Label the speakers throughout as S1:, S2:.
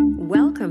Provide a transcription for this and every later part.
S1: welcome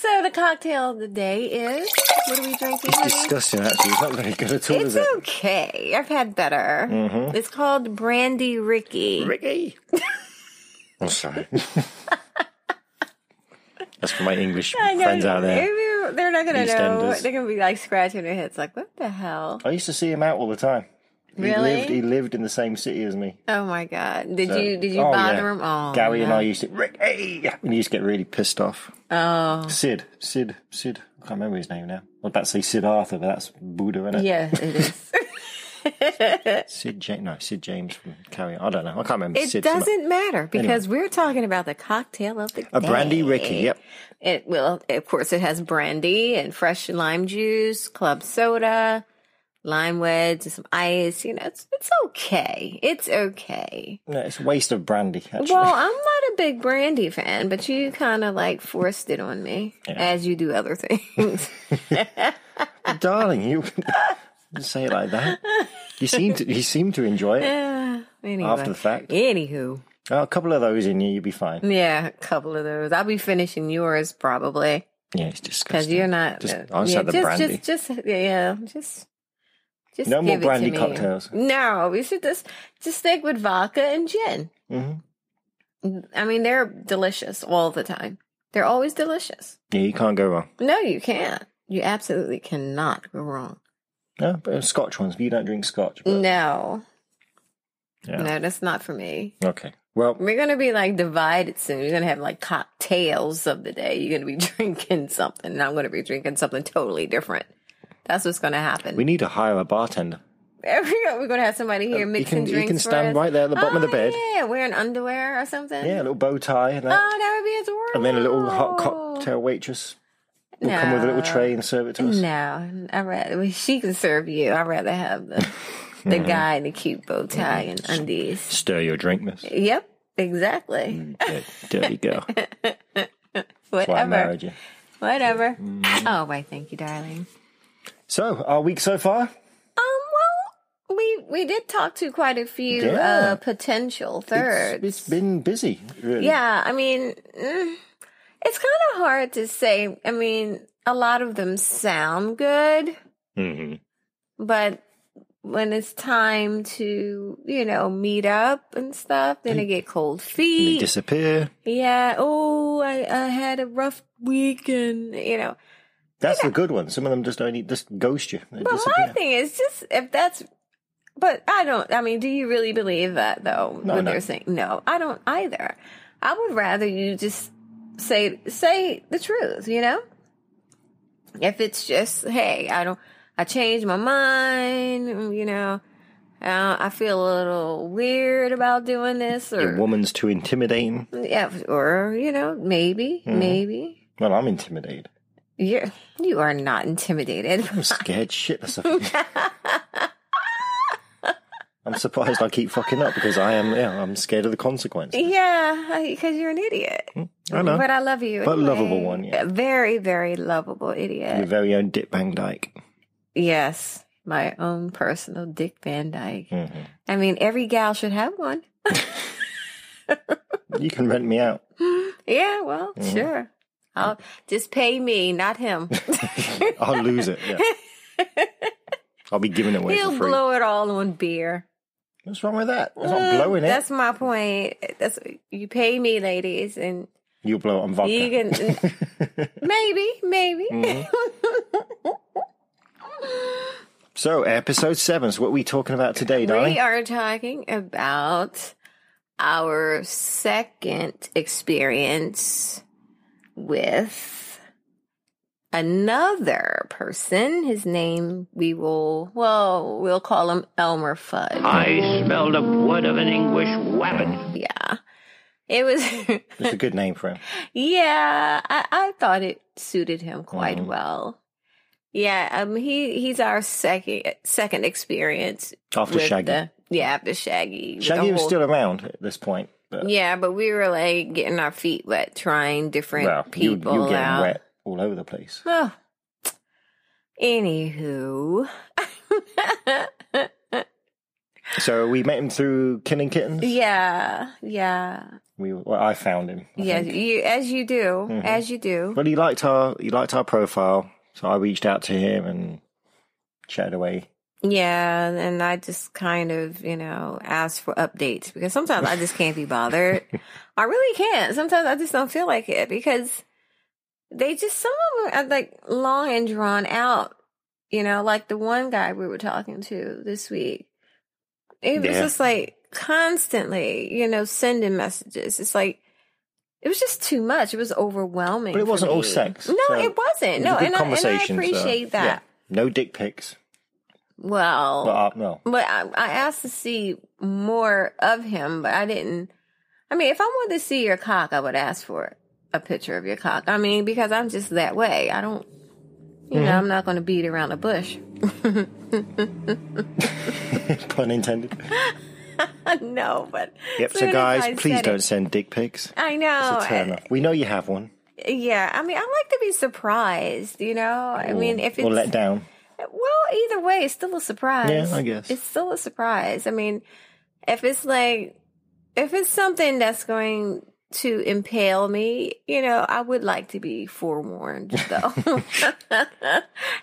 S1: the cocktail of the day is what are we drinking? honey?
S2: Disgusting, actually. It's not very good at all,
S1: It's
S2: is it? Mm-hmm.
S1: okay. I've had better. It's called Brandy Ricky.
S2: Ricky. I'm sorry. That's for my English
S1: I know,
S2: friends out there.
S1: maybe They're not gonna know.
S2: EastEnders.
S1: They're gonna be like scratching their heads, like, "What the hell?"
S2: I used to see him out all the time. He
S1: Really?
S2: lived, he lived in the same city as me.
S1: Oh my god! Did you did you
S2: Oh,
S1: bother
S2: yeah.
S1: them? Oh,
S2: Gary and
S1: no.
S2: I used to Ricky. We used to get really pissed off.
S1: Oh,
S2: Sid, Sid, Sid. I can't remember his name now. I was about to say Sid Arthur, but that's Buddha, isn't it?
S1: yeah, it is.
S2: Sid James. No, Sid James from Carry. On. I don't know. I can't remember.
S1: It
S2: Sid's
S1: doesn't matter because we're talking about the cocktail of the
S2: A
S1: day.
S2: brandy Ricky. Yep.
S1: It will, of course, it has brandy and fresh lime juice, club soda, lime wedge, and some ice. You know, it's it's okay. It's okay.
S2: No, it's a waste of brandy. Actually,
S1: Well, I'm not a big brandy fan, but you kind of like forced it on me, as you do other things.
S2: darling, you don't say it like that. You seem to. You seem to enjoy it.
S1: anyway.
S2: After the fact.
S1: Anywho,
S2: Oh, a couple of those in you, you'll be fine.
S1: yeah, a couple of those. I'll be finishing yours probably.
S2: Yeah,
S1: Because
S2: it's disgusting.
S1: you're not.
S2: Just-
S1: uh,
S2: I'll just
S1: yeah,
S2: have the
S1: just,
S2: brandy.
S1: Just, just, yeah, just. Just
S2: No more
S1: give it to
S2: brandy
S1: me.
S2: cocktails.
S1: No, we should just just stick with vodka and gin. Mm,
S2: Mhm.
S1: I mean, they're delicious all the time. They're always delicious.
S2: Yeah, you can't go wrong.
S1: No, you can't. You absolutely cannot go wrong.
S2: No, but Scotch ones. But you don't drink Scotch. But,
S1: No,
S2: yeah.
S1: no, that's not for me.
S2: Okay. Well,
S1: We're gonna be like divided soon. We're gonna have like cocktails of the day. You're gonna be drinking something, and I'm gonna be drinking something totally different. That's what's gonna happen.
S2: we need to hire a bartender.
S1: We're gonna have somebody here
S2: You
S1: mixing
S2: can you
S1: drinks.
S2: can
S1: for
S2: stand
S1: us.
S2: right there at the bottom of the
S1: Oh,
S2: bed.
S1: Yeah, wearing underwear or something.
S2: Yeah, a little bow tie and that.
S1: Oh, that would be adorable.
S2: And then a little hot
S1: Oh.
S2: cocktail waitress will come with a little tray and serve it to us.
S1: No, I rather well, she can serve you. I'd rather have the the guy in the cute bow
S2: Mm-hmm.
S1: tie and undies.
S2: Stir your drink, miss.
S1: Yep,
S2: Mm.
S1: exactly.
S2: Dirty- Dirty girl. That's why I
S1: Whatever.
S2: married you.
S1: Whatever.
S2: Mm-hmm.
S1: Oh, why? Thank you, darling.
S2: So, our week so far?
S1: Um. Well, we we did talk to quite a few
S2: Yeah.
S1: uh, potential
S2: It's-
S1: thirds.
S2: it's been busy, really.
S1: Yeah, I mean, mm, it's kind of hard to say. I mean, a lot of them sound good,
S2: hmm
S1: but when it's time to, you know, meet up and stuff, then I get cold
S2: They
S1: feet.
S2: disappear.
S1: yeah. Oh, I, I had a rough week and, you know.
S2: That's the good one. Some of them just only just ghost you. They
S1: But my
S2: disappear.
S1: thing is just if that's, but I don't, I mean, do you really believe that though?
S2: No,
S1: what
S2: no.
S1: they're saying? No, I don't either. I would rather you just say, say the truth, you know? If it's just, hey, I don't, I changed my mind, you know, uh, I feel a little weird about doing this
S2: Your
S1: or,
S2: woman's too intimidating.
S1: yeah, or, you know, maybe,
S2: Mm-hmm.
S1: maybe.
S2: Well, I'm intimidated.
S1: You're, you are not intimidated.
S2: I'm scared shitless. I'm surprised I keep fucking up because I am. Yeah, I'm scared of the consequences.
S1: Yeah, because you're an idiot.
S2: I know.
S1: But I love you.
S2: But
S1: anyway.
S2: lovable one, yeah.
S1: A Very, very lovable
S2: Your
S1: idiot.
S2: very own Dip Bang Dyke.
S1: Yes. My own personal Dick Van Dyke.
S2: Mhm.
S1: I mean, every gal should have one.
S2: You can rent me out.
S1: Yeah, well,
S2: Mm-hmm.
S1: sure. I'll just pay me, not him.
S2: I'll lose it. Yeah. I'll be giving it away
S1: He'll
S2: for free.
S1: blow it all on beer.
S2: What's wrong with that? It's not
S1: Mm,
S2: blowing it.
S1: That's my point. That's you pay me, ladies, and
S2: You'll blow it on vodka.
S1: you can maybe, maybe.
S2: Mm-hmm. so, episode seven. So, what are we talking about today, darling?
S1: We are talking about our second experience with another person. His name we will well we'll call him Elmer Fudd.
S3: I smell the wood of an English wabbit.
S1: Yeah. It was
S2: It's a good name for him.
S1: Yeah, I, I thought it suited him quite
S2: Mm-hmm.
S1: well. Yeah, um, he he's our second second experience
S2: After
S1: with
S2: Shaggy.
S1: the yeah after Shaggy. with the
S2: Shaggy was
S1: whole-
S2: still around at this point. But,
S1: yeah, but we were like getting our feet wet, trying different
S2: well, you,
S1: people
S2: you're getting
S1: out.
S2: wet all over the place.
S1: Oh. Anywho,
S2: So, we met him through Killing Kittens.
S1: yeah, yeah,
S2: We, well, I found him. I
S1: yeah.
S2: think. Mm-hmm.
S1: You as you do, as you do.
S2: But he liked our he liked our profile, so I reached out to him and chatted away.
S1: Yeah, and I just kind of, you know, ask for updates because sometimes I just can't be bothered. I really can't. Sometimes I just don't feel like it because they just some of them are like long and drawn out. You know, like the one guy we were talking to this week. It was
S2: Yeah.
S1: just like constantly, you know, sending messages. It's like it was just too much. It was overwhelming.
S2: But it
S1: for
S2: wasn't all
S1: me.
S2: sex,
S1: No,
S2: so
S1: it
S2: It
S1: wasn't.
S2: was
S1: No,
S2: a good
S1: and I, and I
S2: conversation, so,
S1: appreciate
S2: yeah.
S1: that.
S2: No dick pics,
S1: Well,
S2: but uh, well,
S1: But I, I asked to see more of him, but I didn't. I mean, if I wanted to see your cock, I would ask for a picture of your cock. I mean, because I'm just that way. I don't, you
S2: Mm-hmm.
S1: know, I'm not going to beat around the bush.
S2: pun intended.
S1: no, but
S2: Yep.
S1: soon
S2: So
S1: as
S2: guys,
S1: I
S2: please
S1: said
S2: don't
S1: it-
S2: send dick pics.
S1: I know. uh,
S2: It's a turn off. We know you have one.
S1: Yeah, I mean, I like to be surprised. You know, I mean, if it's
S2: or let down,
S1: Well, either way, it's still a surprise.
S2: Yeah, I guess.
S1: It's still a surprise. I mean, if it's like, if it's something that's going to impale me, you know, I would like to be forewarned, though.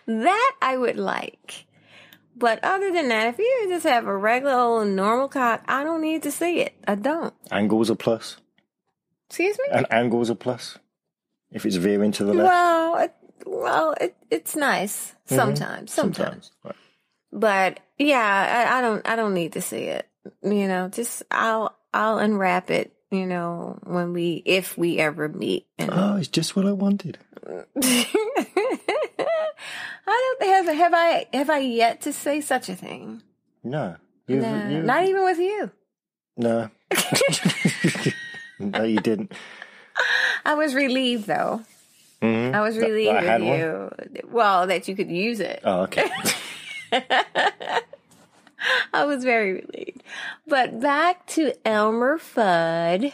S1: that I would like. But other than that, if you just have a regular old normal cock, I don't need to see it. I don't.
S2: angles a plus,
S1: Excuse me?
S2: and angles a plus. If it's veering to the left, Mm-hmm.
S1: Well, it, well, it, it's nice sometimes. Sometimes.
S2: sometimes. Right.
S1: but yeah I, I don't i don't need to see it you know just i'll i'll unwrap it you know when we if we ever meet and
S2: Oh, it's just what I wanted.
S1: i don't have have i have i yet to say such a thing
S2: No, you,
S1: no,
S2: you-
S1: not even with you
S2: no. no, you didn't.
S1: i was relieved though
S2: Mhm.
S1: i was
S2: That- that
S1: relieved
S2: I had
S1: with
S2: one?
S1: you well that you could use it
S2: Oh, okay.
S1: I was very relieved. But back to Elmer Fudd,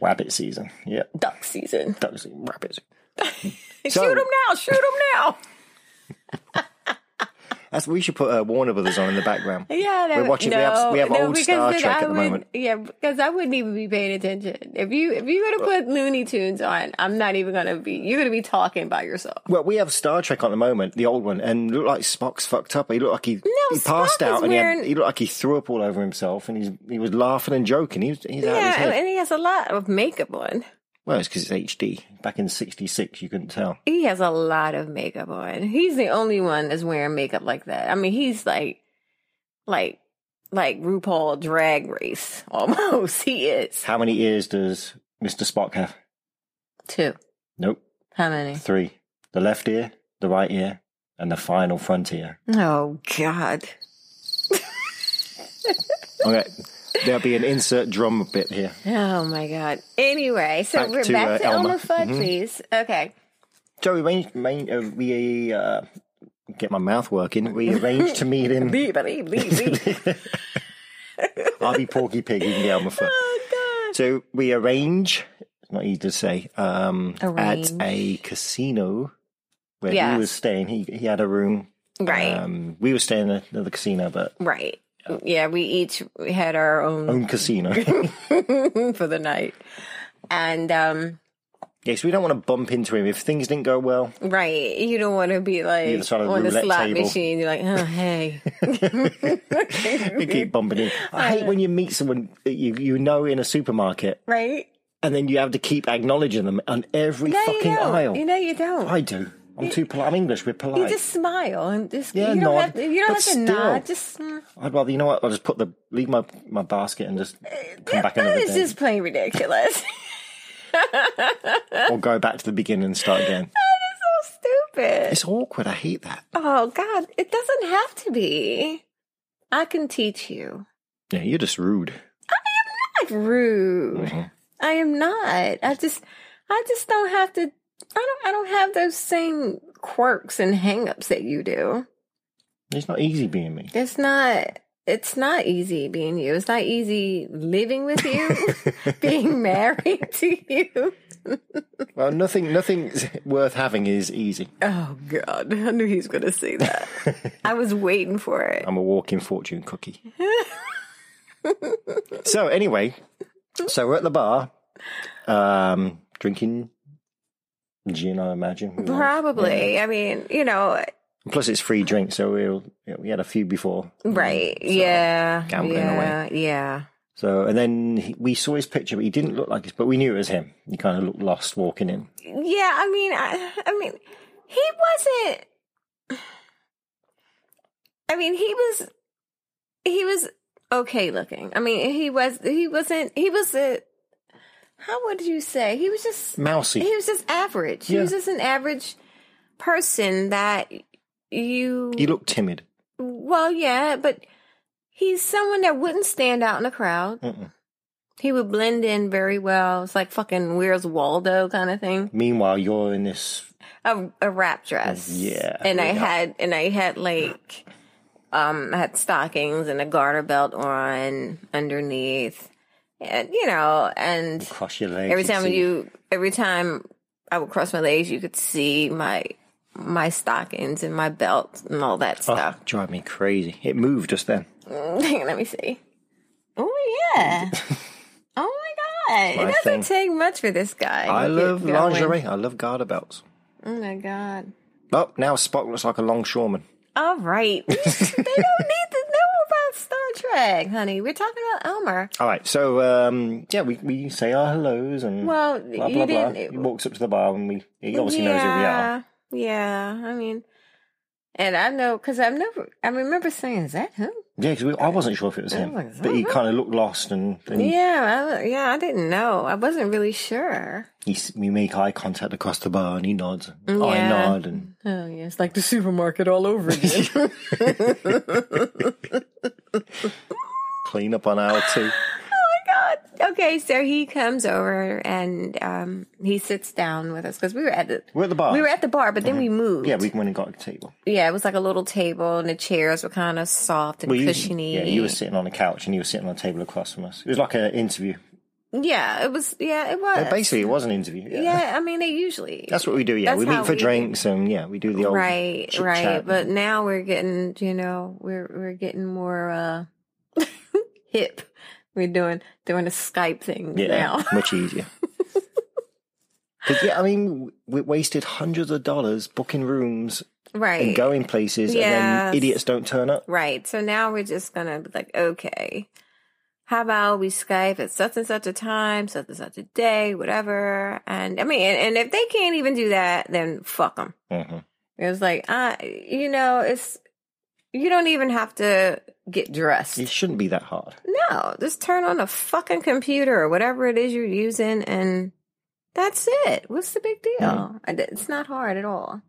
S2: Rabbit season. Yep.
S1: duck season.
S2: Those rabbits. So-
S1: shoot him now! Shoot him now!
S2: That's we should put uh, Warner Brothers on in the background.
S1: Yeah, that
S2: We're
S1: would-
S2: watching- we have- we have old
S1: because
S2: Star
S1: then
S2: Trek
S1: I
S2: at the
S1: would-
S2: moment.
S1: Yeah, because I wouldn't even be paying attention if you if you were to put Looney Tunes on. I'm not even gonna be. You're gonna be talking by yourself.
S2: Well, we have Star Trek on at the moment, the old one, and looked like Spock's fucked up. He looked like he, he passed
S1: Spock is
S2: out, and he, had,
S1: wearing-
S2: he looked like he threw up all over himself, and he's, he was laughing and joking. He was, he's out of his
S1: Yeah,
S2: head.
S1: and he has a lot of makeup on.
S2: Well, it's because it's HD. Back in '66, you couldn't tell.
S1: He has a lot of makeup on. He's the only one that's wearing makeup like that. I mean, he's like, like, like RuPaul Drag Race almost. He is
S2: How many ears does Mister Spock have?
S1: two.
S2: Nope,
S1: How many?
S2: three. The left ear, the right ear, and the final frontier.
S1: Oh God.
S2: Okay, there'll be an insert drum bit here.
S1: Oh my god. Anyway, so
S2: Back
S1: we're
S2: to,
S1: back
S2: uh,
S1: to
S2: Elmer.
S1: Elmer Fudd,
S2: Mhm.
S1: please. Okay.
S2: So we arranged, main, uh, we uh, get my mouth working. We arranged to meet him.
S1: Bee, bee, bee, bee.
S2: I'll be Porky Pig. You can get on my foot.
S1: oh
S2: So we arrange. It's not easy to say. Um,
S1: Arrange.
S2: at a casino where
S1: Yes.
S2: he was staying. He he had a room.
S1: god. Right.
S2: Um, we were staying at the casino, but
S1: right. Yeah, we each had our own
S2: own casino.
S1: for the night. And um,
S2: Yes, we don't want to bump into him. If things didn't go well,
S1: right, you don't want to be like
S2: Either side of the
S1: on the
S2: roulette
S1: slot
S2: table.
S1: machine. You're like, oh hey,
S2: you keep bumping in. I hate when you meet someone that you, you know in a supermarket
S1: right?
S2: and then you have to keep acknowledging them on every
S1: No, you
S2: fucking
S1: don't.
S2: aisle.
S1: You know you don't.
S2: I do. I'm too polite. I'm English. We're polite.
S1: you just smile and just
S2: Yeah,
S1: you don't
S2: nod,
S1: have to, you don't
S2: but
S1: have to
S2: still.
S1: nod. Just mm.
S2: I'd rather, you know what? I'll just put the leave my, my basket and just come back
S1: eh, that
S2: another
S1: is
S2: day,
S1: just plain ridiculous. Uh.
S2: or go back to the beginning and start again.
S1: so stupid.
S2: It's awkward. I hate that.
S1: Oh God, it doesn't have to be. I can teach you.
S2: Yeah, you're just rude.
S1: not rude. I am not. I just I just don't have to I don't I don't have those same quirks and hangups that you do.
S2: It's not easy being me.
S1: It's not it's not easy being you. It's not easy living with you, being married to you.
S2: Well, nothing, nothing worth having is easy.
S1: Oh God. I knew he was gonna say that. I was waiting for it.
S2: I'm a walking fortune cookie. so anyway, so we're at the bar, um, drinking gin. I imagine. We won't-
S1: Probably. I mean, you know,
S2: Plus, it's free drink, so we'll, yeah, we had a few before.
S1: right. yeah.
S2: gambling
S1: yeah. Yeah.
S2: So, and then he, we saw his picture, but he didn't look like us. But we knew it was him. He kind of looked lost walking in.
S1: Yeah, I mean, I, I mean, he wasn't. I mean, he was, he was okay looking. I mean, he was, he wasn't, he was a. How would you say? He was just,
S2: Mousy.
S1: he was just average. He was
S2: Yeah.
S1: just an average person that you.
S2: He looked timid.
S1: Well, yeah, but he's someone that wouldn't stand out in the crowd.
S2: Mm-mm.
S1: He would blend in very well. It's like fucking Where's Waldo kind of thing
S2: Meanwhile, you're in this.
S1: a, a wrap dress.
S2: Yeah,
S1: And I
S2: yeah.
S1: had and I had like um I had stockings and a garter belt on underneath. And you know, and
S2: Cross your legs.
S1: every
S2: you
S1: time
S2: see-
S1: you every time I would cross my legs you could see my my stockings and my belt and all that
S2: Oh,
S1: stuff.
S2: drive me crazy. It moved just then.
S1: Hang on, let me see. Oh yeah. oh my god.
S2: my
S1: It doesn't
S2: thing.
S1: take much for this guy.
S2: I
S1: to get
S2: love
S1: going.
S2: lingerie. I love garter belts.
S1: Oh my god.
S2: Oh, now Spock looks like a longshoreman.
S1: All right. they don't need to know about Star Trek, honey. We're talking about Elmer.
S2: All right, so um, yeah, we, we say our hellos and
S1: Well,
S2: blah
S1: you
S2: blah blah.
S1: didn't-
S2: He walks up to the bar and we he obviously knows who we are.
S1: Yeah. I mean, and I know because I've never, I remember saying, is that him?
S2: Yeah, because I wasn't sure if it was him,
S1: Oh, is
S2: but he
S1: that
S2: kind of looked lost and, and he
S1: Yeah. I, yeah. I didn't know. I wasn't really sure.
S2: he, s- we make eye contact across the bar and he nods. I
S1: Yeah.
S2: nod and
S1: Oh, yeah. It's like the supermarket all over again.
S2: clean up on aisle two.
S1: Oh God. Okay. So he comes over and um, he sits down with us because we were at the.
S2: We're at the bar.
S1: We were at the bar, but then we moved.
S2: yeah, we went and got a table.
S1: yeah, it was like a little table, and the chairs were kind of soft and
S2: Well, you-
S1: cushiony.
S2: yeah, you were sitting on a couch and you were sitting on a table across from us. It was like an interview.
S1: Yeah, it was. Yeah, it was.
S2: But basically, it was an interview. Yeah.
S1: yeah, I mean, they usually.
S2: That's what we do. Yeah,
S1: That's
S2: we
S1: how
S2: meet for
S1: we-
S2: drinks and yeah, we do the old
S1: right,
S2: chit
S1: right.
S2: chat.
S1: But now we're getting, you know, we're we're getting more uh hip. We're doing doing a Skype thing now.
S2: much easier. Because yeah, I mean, we wasted hundreds of dollars booking rooms and
S1: right.
S2: going places, and
S1: Yes.
S2: then idiots don't turn up.
S1: Right. So now we're just gonna be like, okay, how about we Skype at such and such a time, such and such a day, whatever. And I mean, and, and if they can't even do that, then fuck them.
S2: Mhm.
S1: It was like, uh, you know, it's you don't even have to get dressed.
S2: It shouldn't be that hard.
S1: No, just turn on a fucking computer or whatever it is you're using, and that's it. What's the big deal? I d- It's not hard at all.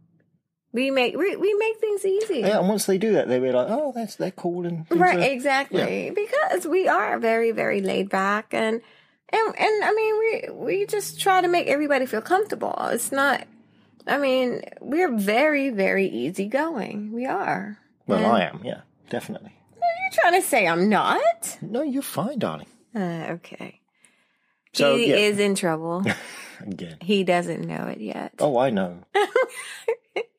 S1: We make we, we make things easy.
S2: Yeah, and once they do that, they were like, "Oh, that's they're cool and things
S1: Right,
S2: are-
S1: exactly. Because we are very, very laid back and and and I mean we we just try to make everybody feel comfortable. It's not I mean, we're very, very easygoing. We are.
S2: Well, I am. Yeah, definitely.
S1: You're trying to say I'm not?
S2: No, you're fine, darling.
S1: Uh, okay.
S2: So
S1: he
S2: yeah,
S1: is in trouble.
S2: again.
S1: he doesn't know it yet.
S2: Oh, I know.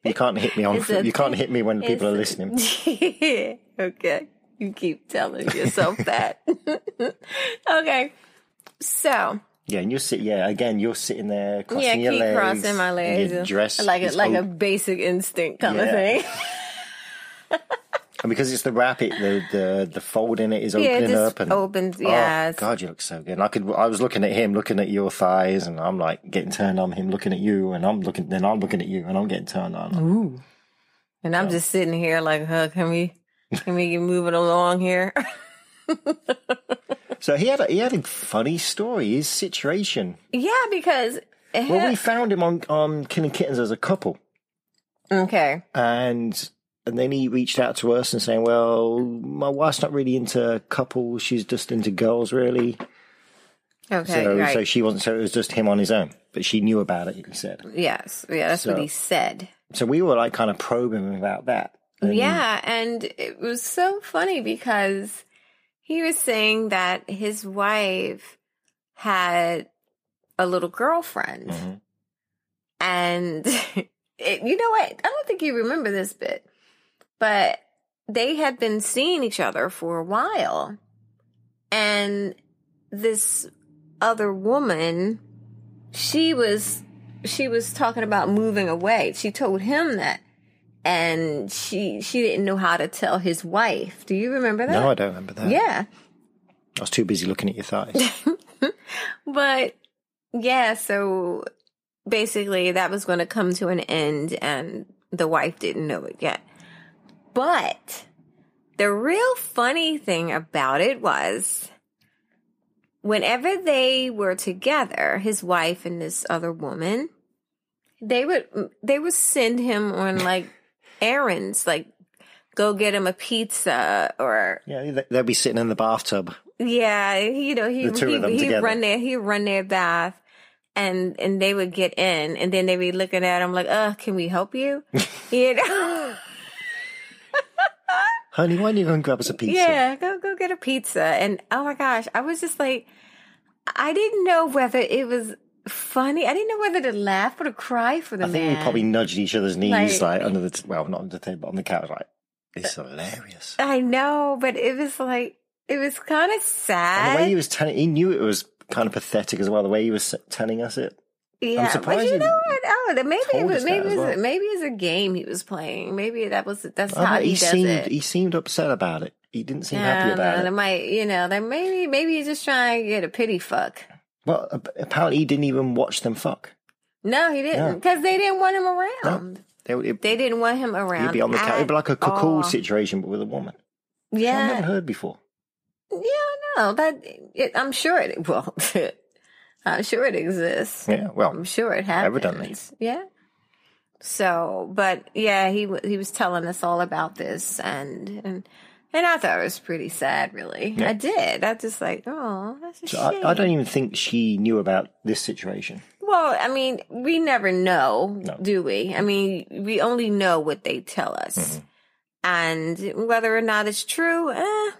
S2: you can't hit me on.
S1: It's a
S2: you can't hit me when people are
S1: It's-
S2: listening.
S1: okay. You keep telling yourself that. okay. So
S2: Yeah, and you're sitting. Yeah, again, you're sitting there crossing
S1: yeah,
S2: your
S1: keep
S2: legs.
S1: crossing my legs.
S2: Your dress
S1: like
S2: is
S1: a, like a
S2: open.
S1: basic instinct kind
S2: Yeah.
S1: of thing.
S2: And because it's the wrap, it the the, the fold in it is
S1: Yeah, it
S2: opening
S1: just
S2: up and
S1: opens,
S2: Oh,
S1: yes.
S2: God, you look so good. And I could. I was looking at him, looking at your thighs, and I'm like getting turned on. Him looking at you, and I'm looking. Then I'm looking at you, and I'm getting turned on.
S1: Ooh. And I'm just sitting here like, huh, can we can we get moving along here?
S2: So he had a, he had a funny story. His situation.
S1: yeah, because
S2: Well, we found him on on Killing Kittens as a couple,
S1: okay,
S2: and. And then he reached out to us and saying, "Well, my wife's not really into couples; she's just into girls, really."
S1: okay,
S2: So,
S1: right.
S2: so she wasn't. So it was just him on his own. But she knew about it. He said.
S1: yes, yeah, that's what
S2: So-
S1: he said.
S2: So we were like kind of probing him about that. And
S1: yeah, and it was so funny because he was saying that his wife had a little girlfriend,
S2: Mhm.
S1: and it, you know what? I don't think you remember this bit, but they had been seeing each other for a while, and this other woman, she was she was talking about moving away. She told him that and she she didn't know how to tell his wife. Do you remember that?
S2: No, I don't remember that.
S1: Yeah,
S2: I was too busy looking at your thighs.
S1: but yeah, so basically that was going to come to an end, and the wife didn't know it yet. But the real funny thing about it was. Whenever they were together, his wife and this other woman, they would they would send him on like errands, like go get him a pizza or
S2: yeah, they- they'll be sitting in the bathtub.
S1: Yeah, he- you know, he
S2: The two
S1: he
S2: of them
S1: he
S2: together.
S1: run their he run their bath, and and they would get in, and then they'd be looking at him like, "Uh, can we help you?" you know,
S2: Honey, why don't you go and grab us a pizza?
S1: yeah, go go get a pizza, and oh my gosh, I was just like, I didn't know whether it was funny, I didn't know whether to laugh or to cry for the
S2: I think
S1: man.
S2: we probably nudged each other's knees,
S1: Like-
S2: like, under the t- well, not under the table, but on the couch. Like it's hilarious.
S1: I know, but it was like it was kind of
S2: And
S1: sad.
S2: the way he was telling, he knew it was kind of pathetic as well. The way he was telling us it.
S1: Yeah,
S2: surprised
S1: but you
S2: you
S1: know what? Oh, that maybe it
S2: told
S1: was
S2: us that
S1: maybe
S2: as
S1: it's
S2: well.
S1: maybe it's a game he was playing. Maybe that was that's
S2: I
S1: how
S2: don't know,
S1: he, does
S2: seemed
S1: it.
S2: oh, he seemed upset about it. He didn't seem
S1: I
S2: happy
S1: don't
S2: about
S1: know,
S2: it.
S1: Oh, they might, you know, they maybe maybe he's just trying to get a pity fuck.
S2: Well, ap- apparently he didn't even watch them fuck.
S1: No, he didn't, because they didn't want him around.
S2: They, would-
S1: They didn't want him around.
S2: He'd be on the couch.
S1: at
S2: It'd be like a cuckold
S1: all.
S2: situation, but with a woman. Yeah. I've never
S1: Yeah,
S2: heard before.
S1: yeah, I know that. It, I'm sure it. Well, I'm sure it exists.
S2: Yeah, well,
S1: I'm sure it happens.
S2: Evidently.
S1: Yeah. So, but yeah, he w- he was telling us all about this, and and and I thought it was pretty sad. Really,
S2: Yeah.
S1: I did. I just like, oh, that's a
S2: so
S1: shame.
S2: I, I don't even think she knew about this situation.
S1: Well, I mean, we never know,
S2: No.
S1: do we? I mean, we only know what they tell us,
S2: Mm-hmm.
S1: and whether or not it's true, eh,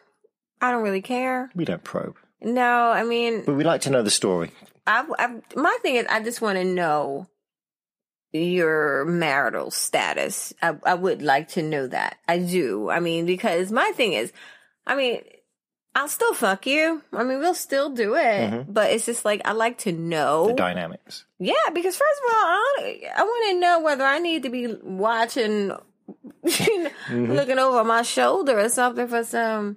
S1: I don't really care.
S2: We don't probe,
S1: No, I mean,
S2: but we like to know the story.
S1: I, I my thing is I just want to know your marital status. I, I would like to know that. I do. I mean, because my thing is, I mean, I'll still fuck you. I mean, we'll still do it, but it's just like I like to know.
S2: Mm-hmm. The dynamics.
S1: yeah, because first of all, I, don't- I want to know whether I need to be watching, you know, looking over my shoulder or something for some,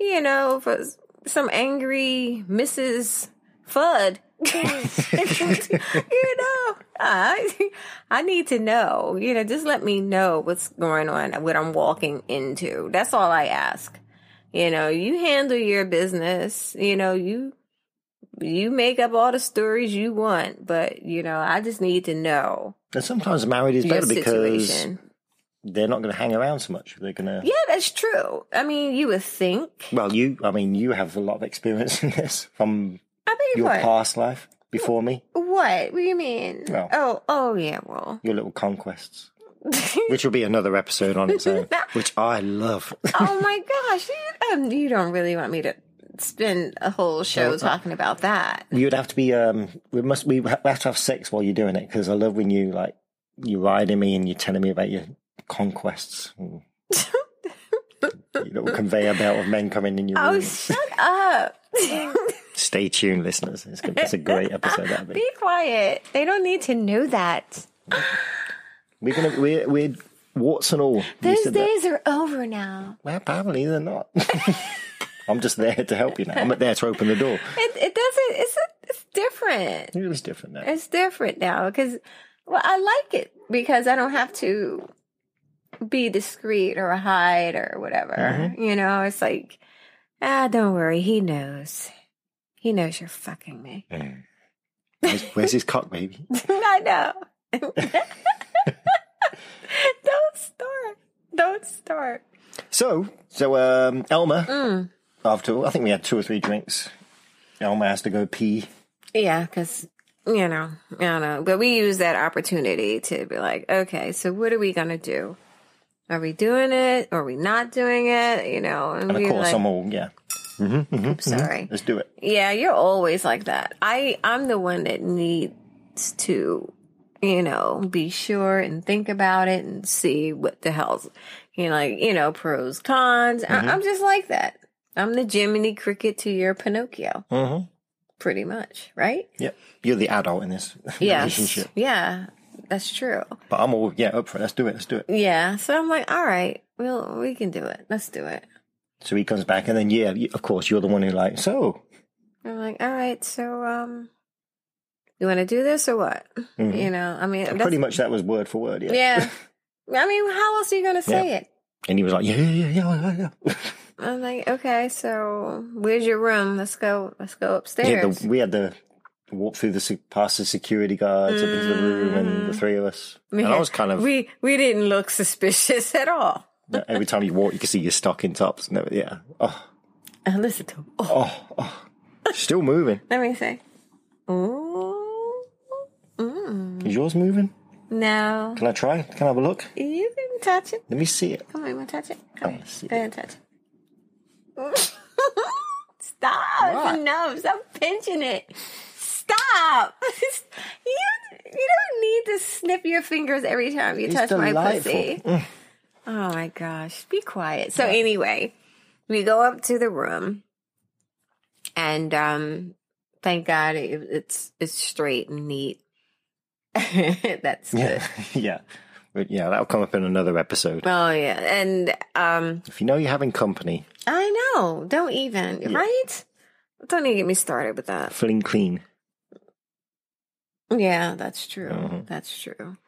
S1: you know, for s- some angry Mrs. Fudd. you know, I I need to know. You know, just let me know what's going on, what I'm walking into. That's all I ask. You know, you handle your business. You know, you you make up all the stories you want, but you know, I just need to know
S2: And sometimes married is
S1: your
S2: better because
S1: situation.
S2: they're not going to hang around so much. They're going to.
S1: Yeah, that's true. I mean, you would think.
S2: Well, you. I mean, you have a lot of experience in this from
S1: I mean,
S2: your
S1: what?
S2: past life before me.
S1: What? What do you mean?
S2: Well.
S1: Oh, oh yeah. Well,
S2: Your little conquests, which will be another episode on its own, which I love.
S1: oh my gosh, you, um, you don't really want me to spend a whole show talking about that.
S2: you would have to be um we must we have to have sex while you're doing it because i love when you like you riding me and you're telling me about your conquests and little conveyor belt of men coming in your
S1: Oh,
S2: room.
S1: shut up.
S2: Stay tuned, listeners. It's, good. it's a great episode. That'll be.
S1: Be quiet. They don't need to know that.
S2: We're gonna we're we're warts and all. You
S1: Those
S2: said that.
S1: days are over now.
S2: Well, apparently they're not. I'm just there to help you now. I'm there to open the door.
S1: It, it doesn't, it's, it's different.
S2: It was different now.
S1: It's different now because, well, I like it because I don't have to be discreet or hide or whatever. You know, it's like, ah, don't worry. He knows. He knows you're fucking me.
S2: Mm. Where's, where's his cock, baby?
S1: I know. don't start. Don't start.
S2: So, so um, Elma.
S1: Mm.
S2: After all, I think we had two or three drinks. Elma has to go pee.
S1: Yeah, because, you know, I don't know. But we use that opportunity to be like, okay, so what are we going to do? Are we doing it? Are we not doing it? You know,
S2: And of
S1: we
S2: course,
S1: like,
S2: I'm all yeah.
S1: Mm-hmm.
S2: Mm-hmm.
S1: sorry.
S2: Let's do it.
S1: Yeah, you're always like that. I I'm the one that needs to, you know, be sure and think about it and see what the hell's, you know, like you know, pros cons.
S2: Mm-hmm.
S1: I, I'm just like that. I'm the Jiminy Cricket to your Pinocchio,
S2: Mm-hmm.
S1: pretty much, right?
S2: Yep. You're the adult in this
S1: Yes.
S2: relationship,
S1: Yeah, that's true.
S2: but I'm all yeah up for it. Let's do it. Let's do it.
S1: Yeah. So I'm like, all right, well, we can do it. Let's do it.
S2: So he comes back, and then yeah, you- of course, you're the one who like so.
S1: I'm like, all right, so um, you want to do this or what? You know, I mean, that's
S2: mm-hmm. Pretty much that was word for word. Yeah.
S1: Yeah. I mean, how else are you going to say it?
S2: And he was like yeah yeah yeah yeah yeah. yeah.
S1: I'm like, okay, so where's your room? Let's go. Let's go
S2: We had
S1: upstairs.
S2: the, we had the walk through the se- past the security guards up into the room, and the three of us.
S1: Mm. We
S2: and I
S1: had-
S2: was kind of
S1: We we didn't look suspicious at all.
S2: every time you walk, you can see your stocking tops. No, yeah. Oh,
S1: And listen to him. Oh,
S2: oh, oh. Still moving.
S1: let me say. Ooh. Mm.
S2: Is yours moving?
S1: No,
S2: Can I try? Can I have a look?
S1: you can touch it.
S2: Let me see it.
S1: Come on, you want to touch it?
S2: I
S1: Come on,
S2: want to see
S1: go
S2: it.
S1: ahead and touch it. Stop!
S2: What?
S1: It's enough. Stop pinching it. Stop! you you don't need to snip your fingers every time you
S2: It's
S1: touch my
S2: delightful. Mm.
S1: pussy. Oh my gosh! Be quiet. So anyway, we go up to the room, and um, thank God it, it's it's straight and neat. That's good.
S2: Yeah, yeah, but yeah. That'll come up in another episode.
S1: Oh yeah, and um.
S2: If you know you're having company,
S1: I know. Don't even, right? Don't even get me started with that.
S2: feeling clean.
S1: Yeah, that's true.
S2: Mhm.
S1: That's true.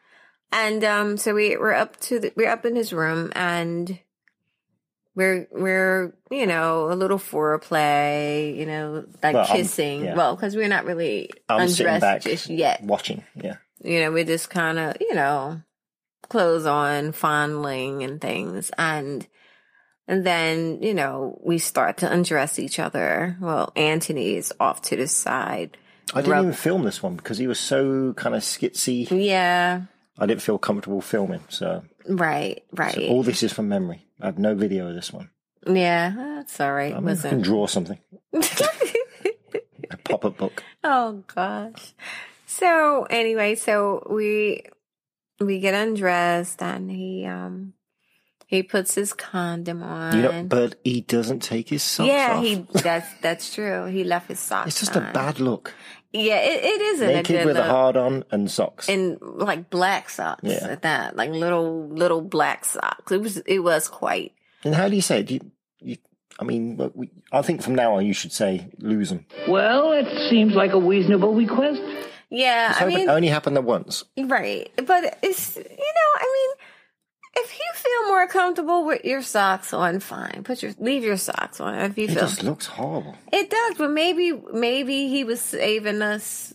S1: And um, so we we're up to the, we're up in his room and we're we're you know a little foreplay, you know, like
S2: Well, I'm-
S1: kissing.
S2: yeah.
S1: Well, because we're not really
S2: I'm sitting back,
S1: undressed just yet.
S2: watching. Yeah,
S1: You know, we're just kind of you know clothes on, fondling and things, and and then you know we start to undress each other. Well, Anthony is off to the side.
S2: I didn't
S1: Rub-
S2: even film this one because he was so kind of skitsy.
S1: Yeah,
S2: I didn't feel comfortable filming, so
S1: right, right.
S2: So all this is from memory. I have no video of this one.
S1: Yeah, that's all right.
S2: I mean, I can
S1: Listen.
S2: draw something. A pop-up book.
S1: oh gosh. So anyway, so we we get undressed and he um he puts his condom on.
S2: You know, but he doesn't take his socks
S1: yeah,
S2: off.
S1: he that's that's true. He left his socks.
S2: It's just a
S1: on.
S2: bad look.
S1: Yeah, it, it isn't a
S2: Naked
S1: good
S2: with
S1: look.
S2: a hard on and socks.
S1: and like black socks
S2: Yeah.
S1: at that, like little little black socks. It was it was quite
S2: and how do you say it? Do you, you, I mean, but we, I think from now on you should say lose them.
S3: Well, it seems like a reasonable request.
S1: yeah. I mean,
S2: it only happened the once.
S1: Right. But it's, you know, I mean, if you feel more comfortable with your socks on, fine. Put your, leave your socks on if you
S2: It
S1: feel.
S2: just looks horrible.
S1: it does, but maybe, maybe he was saving us.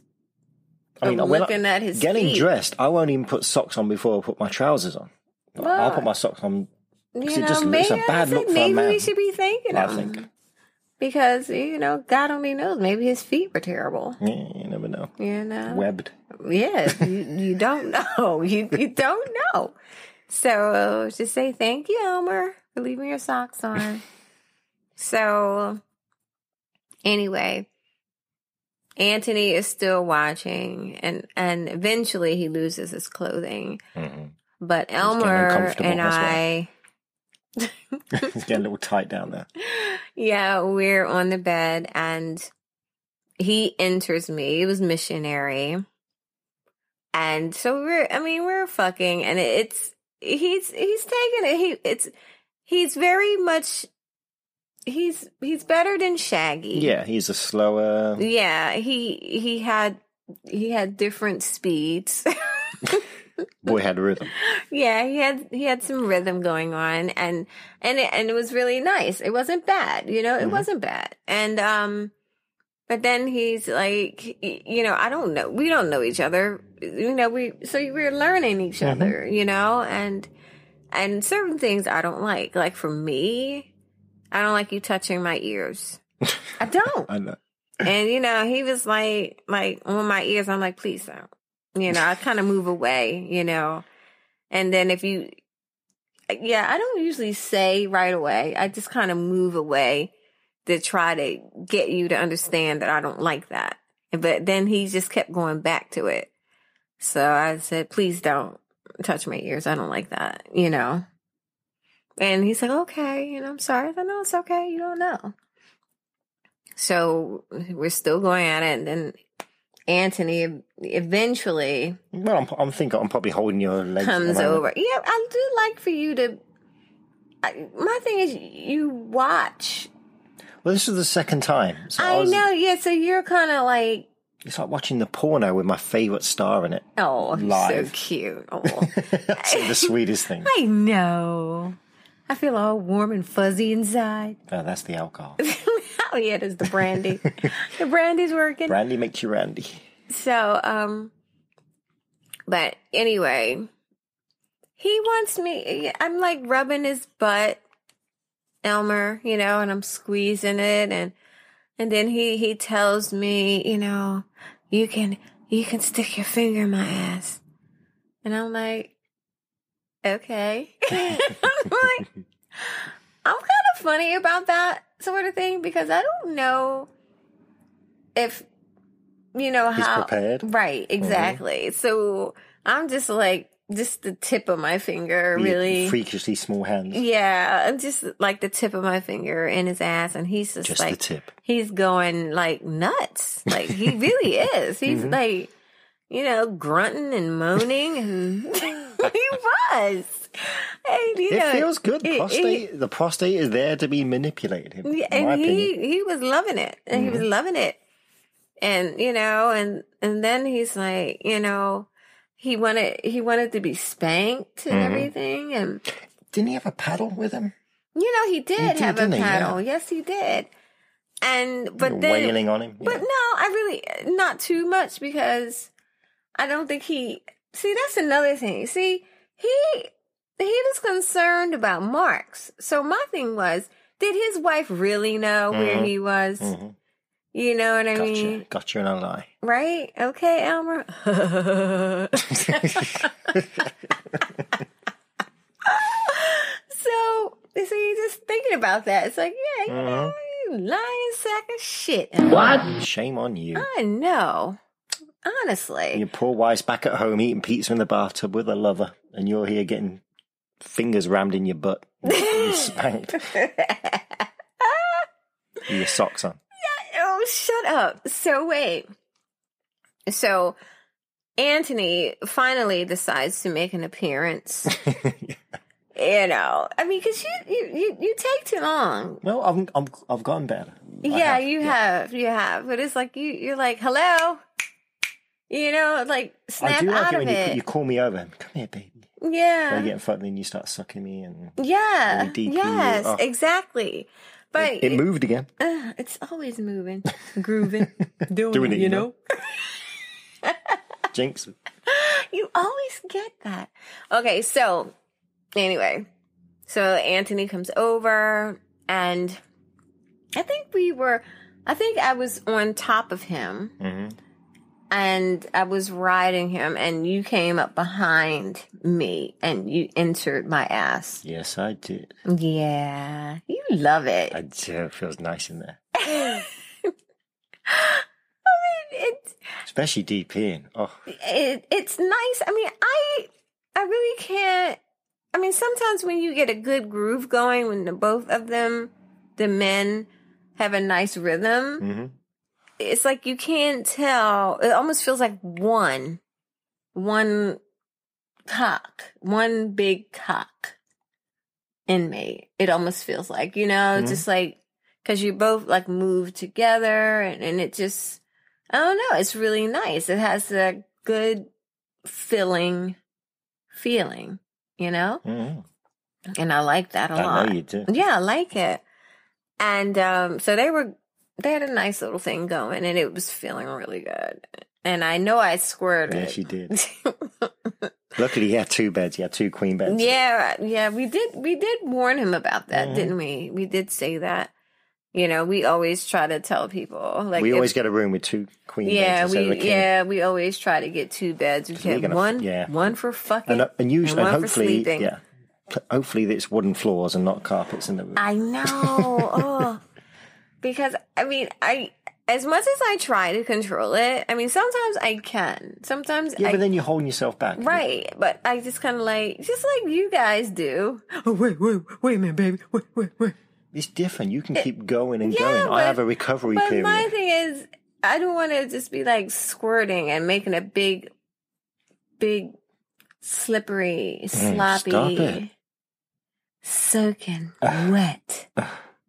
S2: I mean,
S1: Of
S2: when I-
S1: looking at his
S2: getting
S1: feet.
S2: dressed, I won't even put socks on before I put my trousers on. I'll
S1: Well,
S2: put my socks on.
S1: You
S2: it
S1: know,
S2: just- it's
S1: maybe,
S2: a
S1: I
S2: bad
S1: said
S2: look for a
S1: maybe we
S2: man,
S1: should be thanking
S2: I
S1: him.
S2: think.
S1: Because, you know, God only knows. Maybe his feet were terrible.
S2: Yeah, you never know.
S1: You know?
S2: Webbed.
S1: Yeah, you, you don't know. You you don't know. So just say thank you, Elmer, for leaving your socks on. so anyway, Anthony is still watching, and and eventually he loses his clothing. But
S2: Mm-hmm. getting
S1: Elmer
S2: uncomfortable
S1: and
S2: as well.
S1: I
S2: it's getting a little tight down there.
S1: Yeah, we're on the bed and he enters me. It was missionary. And so we're I mean, we're fucking and it's he's he's taking it. He it's he's very much he's he's better than Shaggy.
S2: Yeah, he's a slower.
S1: Yeah, he he had he had different speeds.
S2: Boy had rhythm.
S1: yeah, he had he had some rhythm going on and and it, and it was really nice. It wasn't bad, you know, it
S2: Mhm.
S1: wasn't bad. And um but then he's like y- you know, I don't know. We don't know each other. You know, we so we're learning each
S2: Mhm.
S1: other, you know, and and certain things I don't like. Like for me, I don't like you touching my ears. I don't.
S2: I know.
S1: And you know, he was like, like on my ears. I'm like, please don't. You know, I kind of move away. You know, and then if you, yeah, I don't usually say right away. I just kind of move away to try to get you to understand that I don't like that. But then he just kept going back to it. So I said, please don't touch my ears. I don't like that. You know. And he's like, okay. And I'm sorry. I said, no, it's okay. You don't know. So we're still going at it. And then Anthony eventually
S2: Well, I'm, I'm thinking I'm probably holding your legs. at the
S1: comes
S2: moment.
S1: over. Yeah, I do like for you to. I, my thing is, you watch.
S2: Well, this is the second time. So I,
S1: I
S2: was,
S1: know. Yeah, so you're kind of like,
S2: It's like watching the porno with my favorite star in it.
S1: oh, he's so
S2: Live.
S1: cute. Oh,
S2: That's the sweetest thing.
S1: I know. I feel all warm and fuzzy inside.
S2: No, that's the alcohol.
S1: oh yeah, it is the brandy. the brandy's working.
S2: Brandy makes you randy.
S1: So, um, but anyway, he wants me. I'm like rubbing his butt, Elmer, you know, and I'm squeezing it, and and then he he tells me, you know, you can you can stick your finger in my ass, and I'm like, okay, I'm like, I'm kind of funny about that sort of thing because I don't know if you know
S2: He's
S1: how
S2: prepared.
S1: Right,
S2: Mm-hmm.
S1: exactly. So I'm just like just the tip of my finger,
S2: You- you
S1: really.
S2: Freakishly small hands.
S1: yeah, I'm just like the tip of my finger in his ass, and he's just,
S2: Just the
S1: like
S2: tip.
S1: he's going like nuts. Like he really is. He's
S2: Mm-hmm.
S1: like you know grunting and moaning, and he was. And, you know,
S2: it feels good.
S1: it-
S2: prostate, the prostate is there to be manipulated.
S1: Yeah,
S2: in my
S1: and
S2: opinion. Mm-hmm.
S1: he he was loving it, and he was loving it, and you know, and and then he's like, you know, he wanted he wanted to be spanked and
S2: Mm-hmm.
S1: everything, and
S2: Didn't he have a paddle with him?
S1: you know, he did,
S2: did,
S1: have a
S2: didn't he? Yeah.
S1: paddle. Yes, he did, and but then
S2: Wailing on him.
S1: but no, I really not too much because I don't think he. See, that's another thing. See, he he was concerned about marks. So my thing was, did his wife really know where
S2: Mhm.
S1: he was?
S2: hmm
S1: You know what I
S2: Gotcha.
S1: mean,
S2: Gotcha in a lie.
S1: right? Okay, Elmer. so you see, just thinking about that, it's like, yeah, you know, you lying sack of shit. Elmer.
S3: What?
S2: Shame on you.
S1: I know. Honestly,
S2: Your poor wife's back at home eating pizza in the bathtub with her lover, and you're here getting fingers rammed in your butt, and spanked, with your socks on.
S1: Oh, shut up. So wait. So Anthony finally decides to make an appearance. You know, I mean, because you, you you you take too long.
S2: Well, I'm, I'm, I've gotten better. I
S1: yeah,
S2: have.
S1: you have, you have. But it's like you you're like, hello. You know, like
S2: I
S1: snap
S2: do like
S1: out
S2: it
S1: of
S2: when
S1: it.
S2: You, you call me over. Come here, baby. I
S1: yeah,
S2: get fucked, and then you start sucking me, and
S1: yeah,
S2: really deep in you.
S1: yes,
S2: Oh.
S1: exactly. But
S2: it moved again.
S1: Uh, it's always moving, grooving, doing,
S2: Doing
S1: it,
S2: it,
S1: you
S2: you
S1: know?
S2: Jinx.
S1: You always get that. Okay, so anyway, so Anthony comes over, and I think we were, I think I was on top of him,
S2: Mhm.
S1: and I was riding him, and you came up behind me, and you entered my ass.
S2: Yes, I did.
S1: Yeah, you love it.
S2: I do. It feels nice in there,
S1: It's
S2: especially deep in. Oh,
S1: it, it's nice. I mean, I I really can't I mean, sometimes when you get a good groove going, when the both of them, the men, have a nice rhythm,
S2: mm-hmm.
S1: it's like you can't tell. It almost feels like one, one cock, one big cock inmate. It almost feels like, you know,
S2: Mm-hmm.
S1: just like, cause you both like move together and, and it just, I don't know. It's really nice. It has a good filling feeling, you know?
S2: Mhm.
S1: And I like that a
S2: I
S1: lot.
S2: know you do.
S1: Yeah, I like it. And um, so they were, they had a nice little thing going, and it was feeling really good. And I know I squirted.
S2: Yes, you did. Luckily, he had two beds. He had two queen beds.
S1: yeah, yeah, we did. We did warn him about that,
S2: Mhm.
S1: didn't we? We did say that. You know, we always try to tell people like
S2: we
S1: if-
S2: always get a room with two queen
S1: yeah,
S2: beds instead of a
S1: we
S2: king.
S1: yeah, we always try to get two beds. We
S2: we're
S1: get
S2: gonna-
S1: one,
S2: yeah.
S1: one for fucking,
S2: And, uh, and usually,
S1: one
S2: and
S1: for
S2: hopefully,
S1: sleeping.
S2: yeah, hopefully it's wooden floors and not carpets in the room.
S1: I know. oh, because I mean, I as much as I try to control it, I mean, sometimes I can. Sometimes
S2: yeah,
S1: I
S2: but then you're holding yourself back.
S1: right, but I just kind of like just like you guys do. Oh wait, wait, wait a minute, baby. Wait, wait, wait.
S2: It's different. You can keep going and
S1: Yeah,
S2: going. I
S1: but-
S2: have a recovery
S1: But
S2: period.
S1: my thing is, I don't want to just be like squirting and making a big, big, slippery, sloppy,
S2: Mm, stop it.
S1: soaking, wet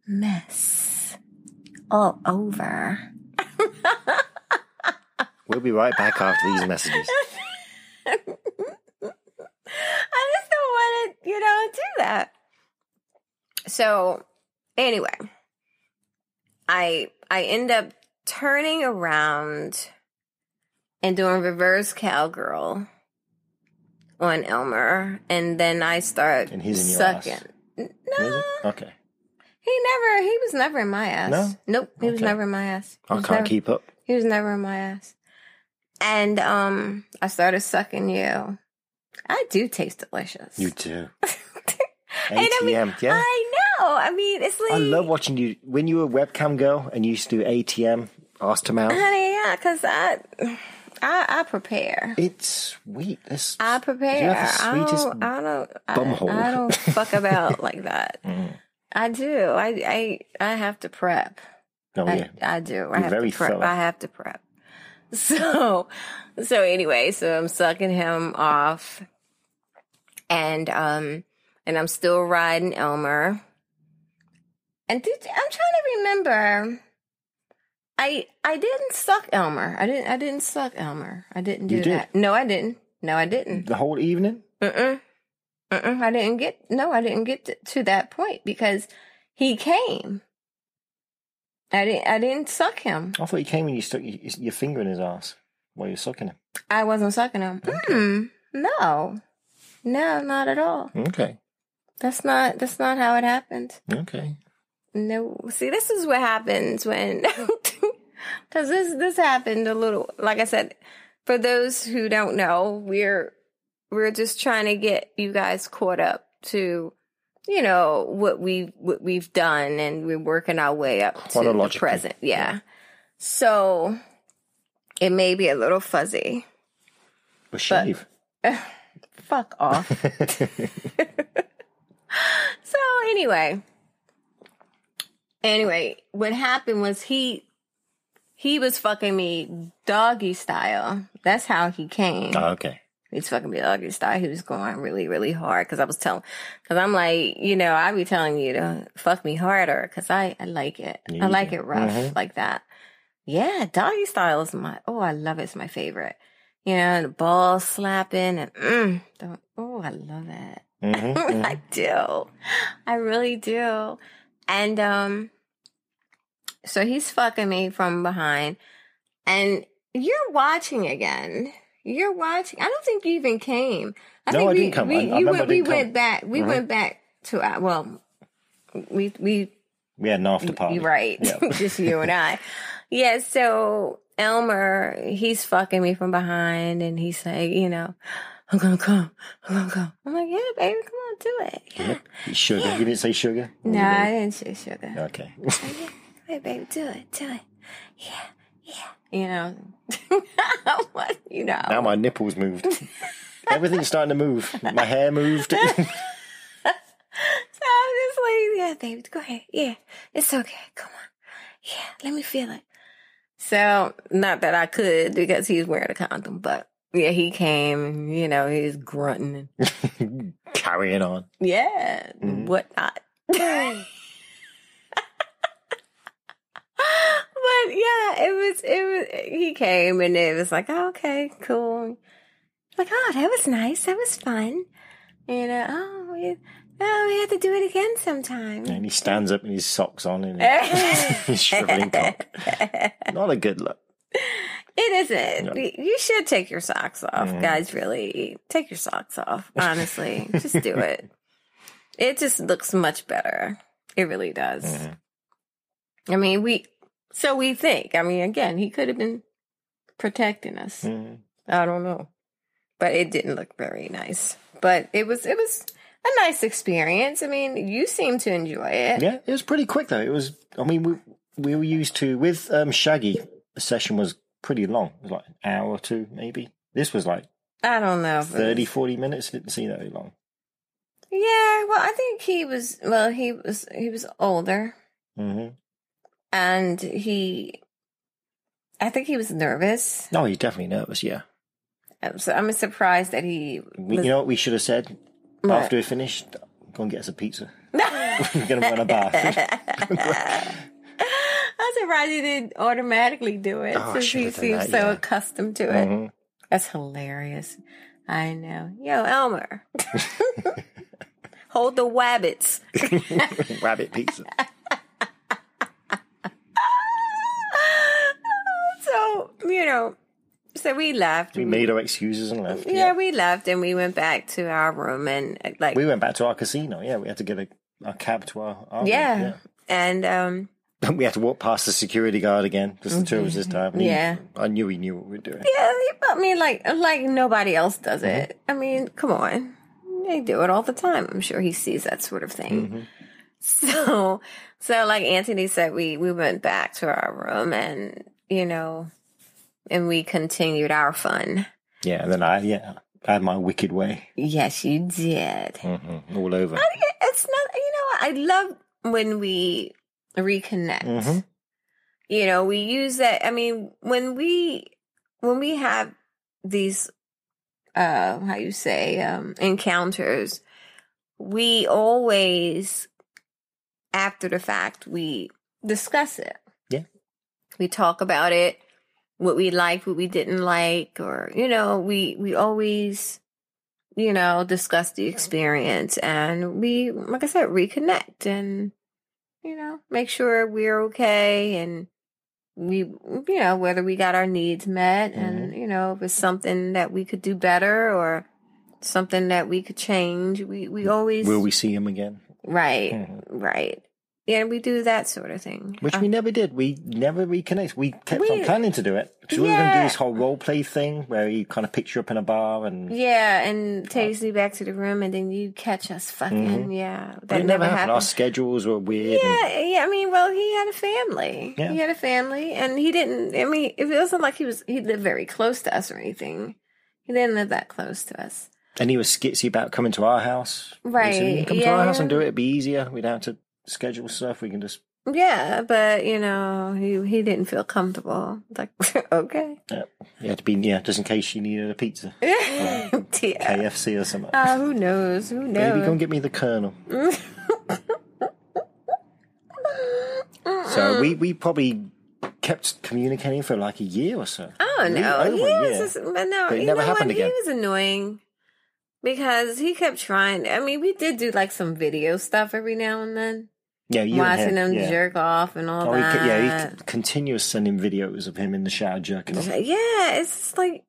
S1: mess all over.
S2: We'll be right back after these messages.
S1: I just don't want to, you know, do that. So, anyway, I I end up turning around and doing reverse cowgirl on Elmer, and then I start
S2: And he's in your ass.
S1: sucking. N-
S2: Is
S1: No,
S2: it? Okay,
S1: he never. He was never in my ass.
S2: No?
S1: Nope, he was
S2: Okay.
S1: never in my ass. He
S2: I
S1: was
S2: can't
S1: never-
S2: keep up.
S1: he was never in my ass. And um I started sucking you. I do taste delicious.
S2: You do.
S1: And
S2: ATM,
S1: I mean,
S2: yeah. I,
S1: I know. I mean, it's like
S2: love watching you when you were a webcam girl and you used to do ATM, ass to mouth.
S1: honey, yeah, cuz I I I prepare.
S2: It's sweet. It's
S1: I prepare.
S2: You have the
S1: I
S2: sweetest
S1: don't I don't
S2: bumhole. Mm.
S1: I, I don't fuck about like that. I do. I I I have to prep.
S2: oh
S1: I,
S2: yeah.
S1: I do. I
S2: You're
S1: have
S2: very
S1: to prep.
S2: thorough.
S1: I have to prep. So, so anyway, so I'm sucking him off, and um, and I'm still riding Elmer. And did, I'm trying to remember. I I didn't suck Elmer. I didn't. I didn't suck Elmer. I didn't do
S2: You did.
S1: that. No, I didn't. No, I didn't.
S2: The whole evening.
S1: Mm-mm. Mm-mm. I didn't get no, I didn't get to, to that point because he came. I didn't I didn't suck him.
S2: I thought you came and you stuck your, your finger in his ass while you were sucking him.
S1: I wasn't sucking him. Mm, no. No, not at all.
S2: Okay.
S1: That's not that's not how it happened.
S2: Okay.
S1: No. See, this is what happens when cuz this this happened a little like I said for those who don't know, we're we're just trying to get you guys caught up to you know what we what we've done and we're working our way up to the
S2: Chronologically.
S1: present. Yeah. So it may be a little fuzzy.
S2: But shave.
S1: Fuck off. so anyway, anyway, what happened was he he was fucking me doggy style. That's how he came.
S2: oh, okay.
S1: He's fucking me doggy style. He was going really, really hard because I was telling, because I'm like, you know, I be telling you to fuck me harder because I, I like it.
S2: Yeah,
S1: I
S2: you
S1: like
S2: do.
S1: it rough
S2: Mhm.
S1: like that. Yeah, doggy style is my, oh, I love it. It's my favorite. You know, the ball slapping and, mm, the- oh, I love it.
S2: Mhm, mhm.
S1: I do. I really do. And um so he's fucking me from behind and you're watching again. You're watching. I don't think you even came. I
S2: No,
S1: think
S2: I
S1: we,
S2: didn't come.
S1: We,
S2: I- I
S1: you
S2: remember
S1: went,
S2: I
S1: we
S2: didn't come. Mm-hmm.
S1: went back. We went back to our, well, we we
S2: We had an after party.
S1: you're right. Just you and I. Yeah, so Elmer, he's fucking me from behind and he's like, you know, I'm gonna come. I'm gonna come. I'm like, yeah, baby, come on, do it. Yeah.
S2: Sugar. You didn't say sugar. Or you
S1: No, I didn't say sugar.
S2: did? Okay.
S1: Hey, baby, do it, do it. Yeah, yeah. You know, what, you know.
S2: now my nipples moved. Everything's starting to move. My hair moved.
S1: yeah, baby, go ahead. Yeah, it's okay. Come on. Yeah, let me feel it. So, not that I could because he was wearing a condom, but yeah, he came and, you know, he was grunting and
S2: Carrying on.
S1: yeah, and whatnot. but yeah, it was it was he came and it was like oh, okay, cool. Like oh, that was nice. That was fun. You know, oh, we, oh, we have to do it again sometime.
S2: And he stands up in his socks on and his shriveling cock. Not a good look.
S1: It isn't. You should take your socks off, guys. Really, take your socks off. Honestly, just do it. It just looks much better. It really does. I mean, we. So we think. I mean, again, he could have been protecting us.
S2: Mhm.
S1: I don't know, but it didn't look very nice. But it was. It was a nice experience. I mean, you seem to enjoy it.
S2: Yeah, it was pretty quick though. It was. I mean, we we were used to with um, Shaggy. The session was pretty long. It was like an hour or two, maybe. This was like
S1: I don't know. if it was-
S2: 30, 40 minutes. It didn't seem that very long.
S1: Yeah. Well, I think he was. Well, he was. He was older.
S2: Mm-hmm.
S1: and he i think he was nervous
S2: No, he's definitely nervous. Yeah.
S1: I'm so i'm surprised that he
S2: We, you know what we should have said
S1: What?
S2: after we finished? Go and get us a pizza. We're gonna run a bath.
S1: i'm surprised he didn't automatically do it
S2: Oh, I
S1: since he
S2: should've done
S1: seems
S2: that,
S1: so
S2: yeah.
S1: accustomed to it
S2: Mhm.
S1: that's hilarious i know yo elmer hold the wabbits
S2: Rabbit pizza.
S1: so you know so we left
S2: We made our excuses and left.
S1: yeah, we left and we went back to our room and uh, like
S2: We went back to our casino. Yeah, we had to get a, a cab to our. our
S1: yeah. and um
S2: We had to walk past the security guard again, just the two of us this time. and he-
S1: Mm-hmm. Yeah.
S2: I knew he knew what we were doing.
S1: Yeah, he put me like like nobody else does it. I mean, come on. They do it all the time. I'm sure he sees that sort of thing. So so like Anthony said, we we went back to our room and you know and we continued our fun.
S2: Yeah, and then I yeah, I had my wicked way
S1: Yes, you did.
S2: mm-hmm. all over.
S1: It's not you know, what? I love when we reconnect.
S2: Mhm.
S1: You know, we use that I mean, when we when we have these uh how you say um encounters we always after the fact we discuss it
S2: Yeah.
S1: we talk about it what we liked what we didn't like or you know we we always you know discuss the experience and we like i said reconnect and you know make sure we're okay and we you know whether we got our needs met and
S2: Mm-hmm.
S1: you know if it's something that we could do better or something that we could change we we always
S2: Will we see him again?
S1: right
S2: Mhm.
S1: right yeah we do that sort of thing
S2: Which
S1: Uh,
S2: we never did. We never reconnected. We kept
S1: We-
S2: on planning to do it because we were going to do
S1: Yeah.
S2: this whole role play thing where he kind of picks you up in a bar and.
S1: yeah and
S2: Uh,
S1: takes me back to the room and then you catch us fucking yeah
S2: Mm-hmm. But
S1: that
S2: it never happened. Our schedules were weird. and-
S1: Yeah, yeah. I mean, well, he had a family.
S2: Yeah.
S1: He had a family, and he didn't. I mean, it wasn't like he was. He lived very close to us or anything. He didn't live that close to us.
S2: and he was skitsy about coming to our house. We said, "You
S1: Right,
S2: can come to our house
S1: yeah.
S2: and do it. It'd be easier. We don't have to schedule stuff. We can just.
S1: Yeah, but you know, he he didn't feel comfortable. Like, okay,
S2: Yeah, you uh, had to be yeah, just in case you needed a pizza,
S1: yeah.
S2: KFC or something.
S1: Uh, who knows? Who knows?
S2: Baby, go and get me the Colonel. so we, we probably kept communicating for like a year or so.
S1: Oh
S2: Really
S1: no,
S2: over
S1: he
S2: a
S1: was
S2: year.
S1: just, but no,
S2: But it
S1: you
S2: never
S1: know
S2: happened
S1: what?
S2: again.
S1: He was annoying because he kept trying. I mean, we did do like some video stuff every now and then,
S2: yeah, you and
S1: watching him
S2: yeah.
S1: jerk off and all
S2: Oh, he,
S1: that.
S2: ca- yeah, he c- continuous sending videos of him in the shower jerking off.
S1: yeah, it's just like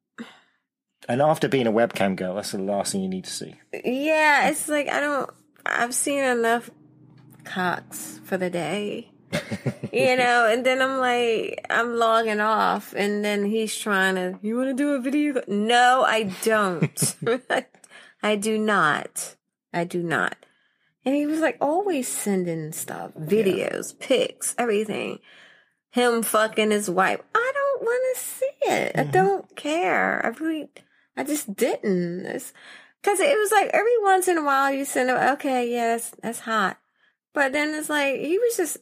S2: And after being a webcam girl, that's the last thing you need to see.
S1: yeah, it's like I don't. I've seen enough cocks for the day. you know, and then I'm like, I'm logging off, and then he's trying to, you want to do a video? No, I don't. I do not. I do not. And he was like always sending stuff, videos, pics, everything. Him fucking his wife. I don't want to see it. I don't care. I really, I just didn't. Because it was like every once in a while you send, a, okay, yeah, that's, that's hot. But then it's like he was just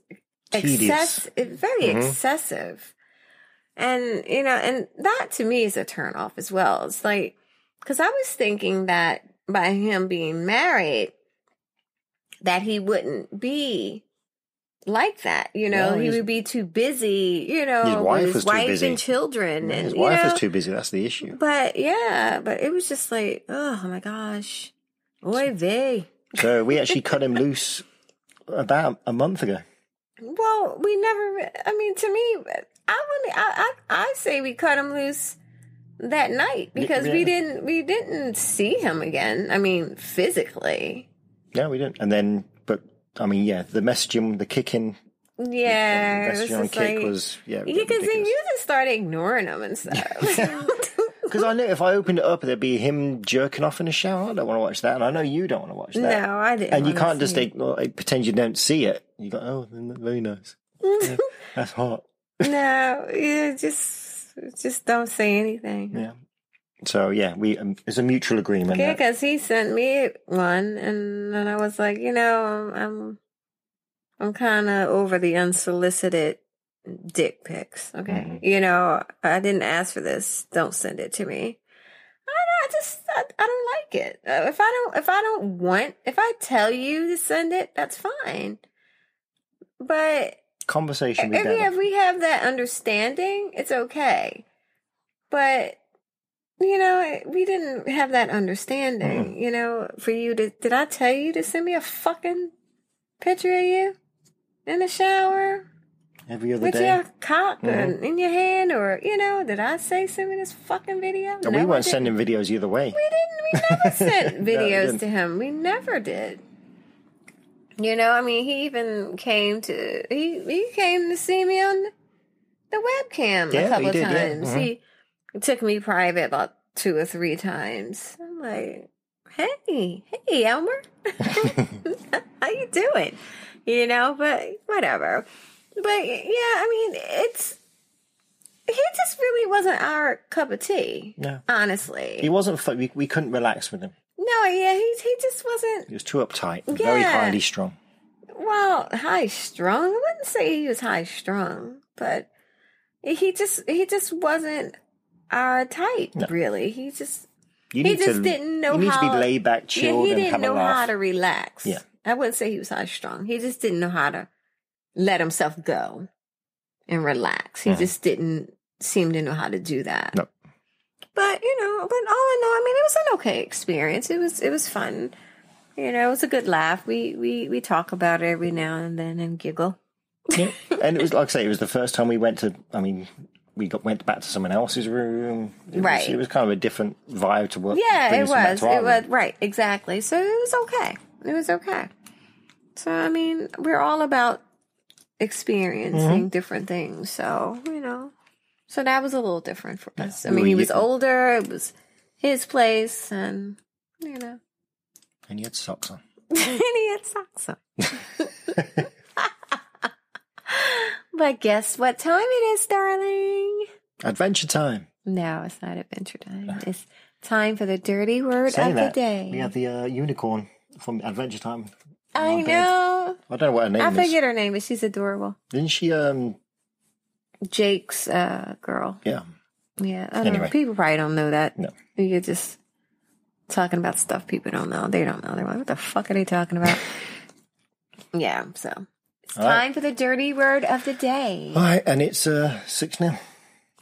S2: Tedious.
S1: excess, eh, very excessive, and you know, and that to me is a turnoff as well. It's like because I was thinking that by him being married, that he wouldn't be like that. You know,
S2: No,
S1: he
S2: he's-
S1: would be too busy. You know,
S2: His wife
S1: with his
S2: is too
S1: wife
S2: busy.
S1: and children, and
S2: His
S1: you
S2: wife
S1: know,
S2: is too busy. That's the issue.
S1: But yeah, but it was just like, oh my gosh, oy vey.
S2: So we actually cut him loose about a month ago.
S1: Well, we never. I mean, to me, I wouldn't. I I, I say we cut him loose that night because we
S2: yeah.
S1: didn't we didn't see him again. I mean, physically.
S2: No, we didn't. And then, but I mean, yeah, the messaging, the kicking,
S1: Yeah, it uh,
S2: the
S1: was uh,
S2: messaging on
S1: just
S2: kick
S1: Oh, like-
S2: was yeah.
S1: Yeah, because then you just start ignoring him and stuff.
S2: Because I knew if I opened it up, there'd be him jerking off in the shower. I don't want to watch that, and I know you don't want to watch that.
S1: no, I didn't.
S2: and you
S1: wanna
S2: can't just
S1: see
S2: ignore, like, pretend you don't see it. You go, oh, very nice. Yeah, that's hot.
S1: it. No, yeah, just just don't say anything.
S2: Yeah. So yeah, we um, it's a mutual agreement.
S1: Yeah,
S2: that-
S1: because he sent me one, and then I was like, you know, I'm I'm, I'm kind of over the unsolicited dick pics. Okay,
S2: Mhm.
S1: you know, I didn't ask for this. Don't send it to me. I, don't- I just I, I don't like it. Uh, If I don't if I don't want if I tell you to send it, that's fine. But
S2: conversation with
S1: if, we-
S2: Dad.
S1: if we have that understanding, it's okay. But you know, we didn't have that understanding.
S2: Mm-hmm.
S1: You know, for you to did I tell you to send me a fucking picture of you in the shower
S2: Every other
S1: with
S2: day. Mm-hmm.
S1: your cock and in your hand, or you know, did I say send me this fucking video?
S2: And
S1: No, I
S2: we weren't
S1: didn't.
S2: sending videos either
S1: We
S2: way.
S1: didn't. We never sent
S2: No, we
S1: videos
S2: didn't.
S1: to him. We never did. You know, I mean, he even came to he he came to see me on the webcam
S2: Yeah,
S1: a couple
S2: he did, yeah.
S1: times.
S2: Mhm.
S1: He took me private about two or three times. I'm like, hey, hey, Elmer, how you doing? You know, but whatever. But yeah, I mean, it's he just really wasn't our cup of tea.
S2: No.
S1: honestly,
S2: He wasn't. Fu- we, we couldn't relax with him.
S1: no, yeah, he he just wasn't
S2: He was too uptight. and Very
S1: Yeah.
S2: highly strung.
S1: well high strung. I wouldn't say he was high strung, but he just he just wasn't our type. Really, he just
S2: You
S1: He
S2: need
S1: just
S2: to,
S1: didn't know
S2: You need to
S1: how-
S2: be laid back,
S1: yeah
S2: chilled,
S1: he
S2: and
S1: didn't
S2: have
S1: know
S2: a laugh.
S1: how to relax.
S2: Yeah.
S1: I wouldn't say he was high strung. He just didn't know how to let himself go and relax.
S2: Mm-hmm.
S1: He just didn't seem to know how to do that.
S2: No.
S1: But you know, but all in all, I mean, it was an okay experience. It was it was fun. You know, it was a good laugh. We we we talk about it every now and then and giggle.
S2: Yeah. and it was like I say, it was the first time we went to. I mean, we got went back to someone else's room. It
S1: Right.
S2: Was, it was kind of a different vibe to what.
S1: Yeah, it
S2: brings them back
S1: was.
S2: to our
S1: It was
S2: room.
S1: right, exactly. So it was okay. It was okay. So I mean, we're all about experiencing different things. So you know, so that was a little different for us. I
S2: We
S1: mean,
S2: were
S1: he was
S2: y-
S1: older. It was his place, and you know,
S2: And you had socks on.
S1: and he had socks on. but guess what time it is, darling?
S2: Adventure time.
S1: No, it's not adventure time. It's time for the dirty word
S2: Say
S1: of
S2: that.
S1: the day.
S2: We had the uh, unicorn from Adventure Time.
S1: I
S2: My bad.
S1: know.
S2: I don't know what her name
S1: I
S2: is.
S1: forget her name, but she's adorable.
S2: Didn't she? Um.
S1: Jake's uh, girl.
S2: Yeah.
S1: Yeah. I don't know.
S2: Anyway.
S1: People probably don't know that.
S2: No.
S1: You're just talking about stuff people don't know. They don't know. They're like, what the fuck are they talking about? yeah. So it's
S2: All right.
S1: time for the dirty word of the day.
S2: All right, and it's uh six 0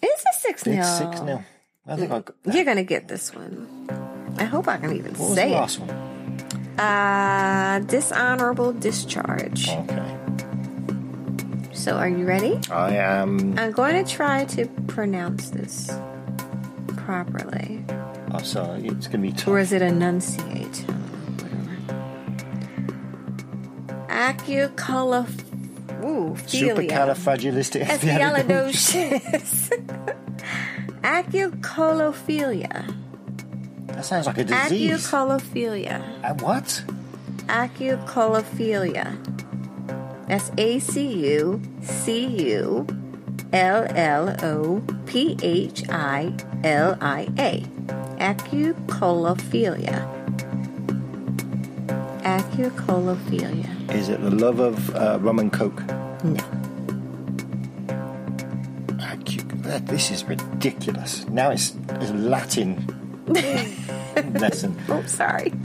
S1: It's a 6 0.
S2: It's six 0 I think I got that.
S1: You're going to get this one. I hope I can even
S2: What was
S1: say
S2: the
S1: it.
S2: last one?
S1: Uh, dishonorable discharge.
S2: Okay.
S1: So are you ready?
S2: I am.
S1: I'm going to try to pronounce this properly.
S2: Oh, sorry. It's going to be tough.
S1: Or is it enunciate? Whatever. Acucoloph- ooh, philia.
S2: Supercalifragilistic.
S1: Espialidocious. Acucolophilia.
S2: That sounds like a disease.
S1: Acucolophilia.
S2: Uh, what?
S1: Acucolophilia. That's A C U C U L L O P H I L I A. Acucolophilia. Acucolophilia.
S2: Is it the love of uh, rum and coke?
S1: No.
S2: Acu- Ah, that- This is ridiculous. Now it's, it's Latin lesson.
S1: Oh, sorry.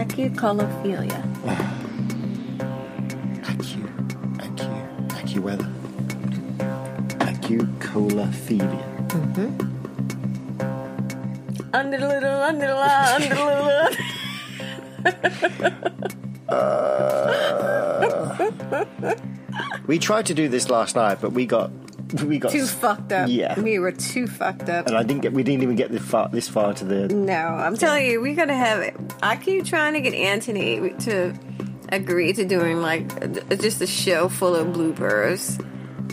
S1: Acucolophilia.
S2: Acu, acu, acuweather. Acucolophilia.
S1: Under the little, under the la, under the little.
S2: We tried to do this last night, but we got we got
S1: Too fucked up.
S2: Yeah.
S1: We were too fucked up.
S2: and I didn't get. We didn't even get this far. This far to the.
S1: No, I'm telling you, we gotta have it. I keep trying to get Anthony to agree to doing like just a show full of bloopers.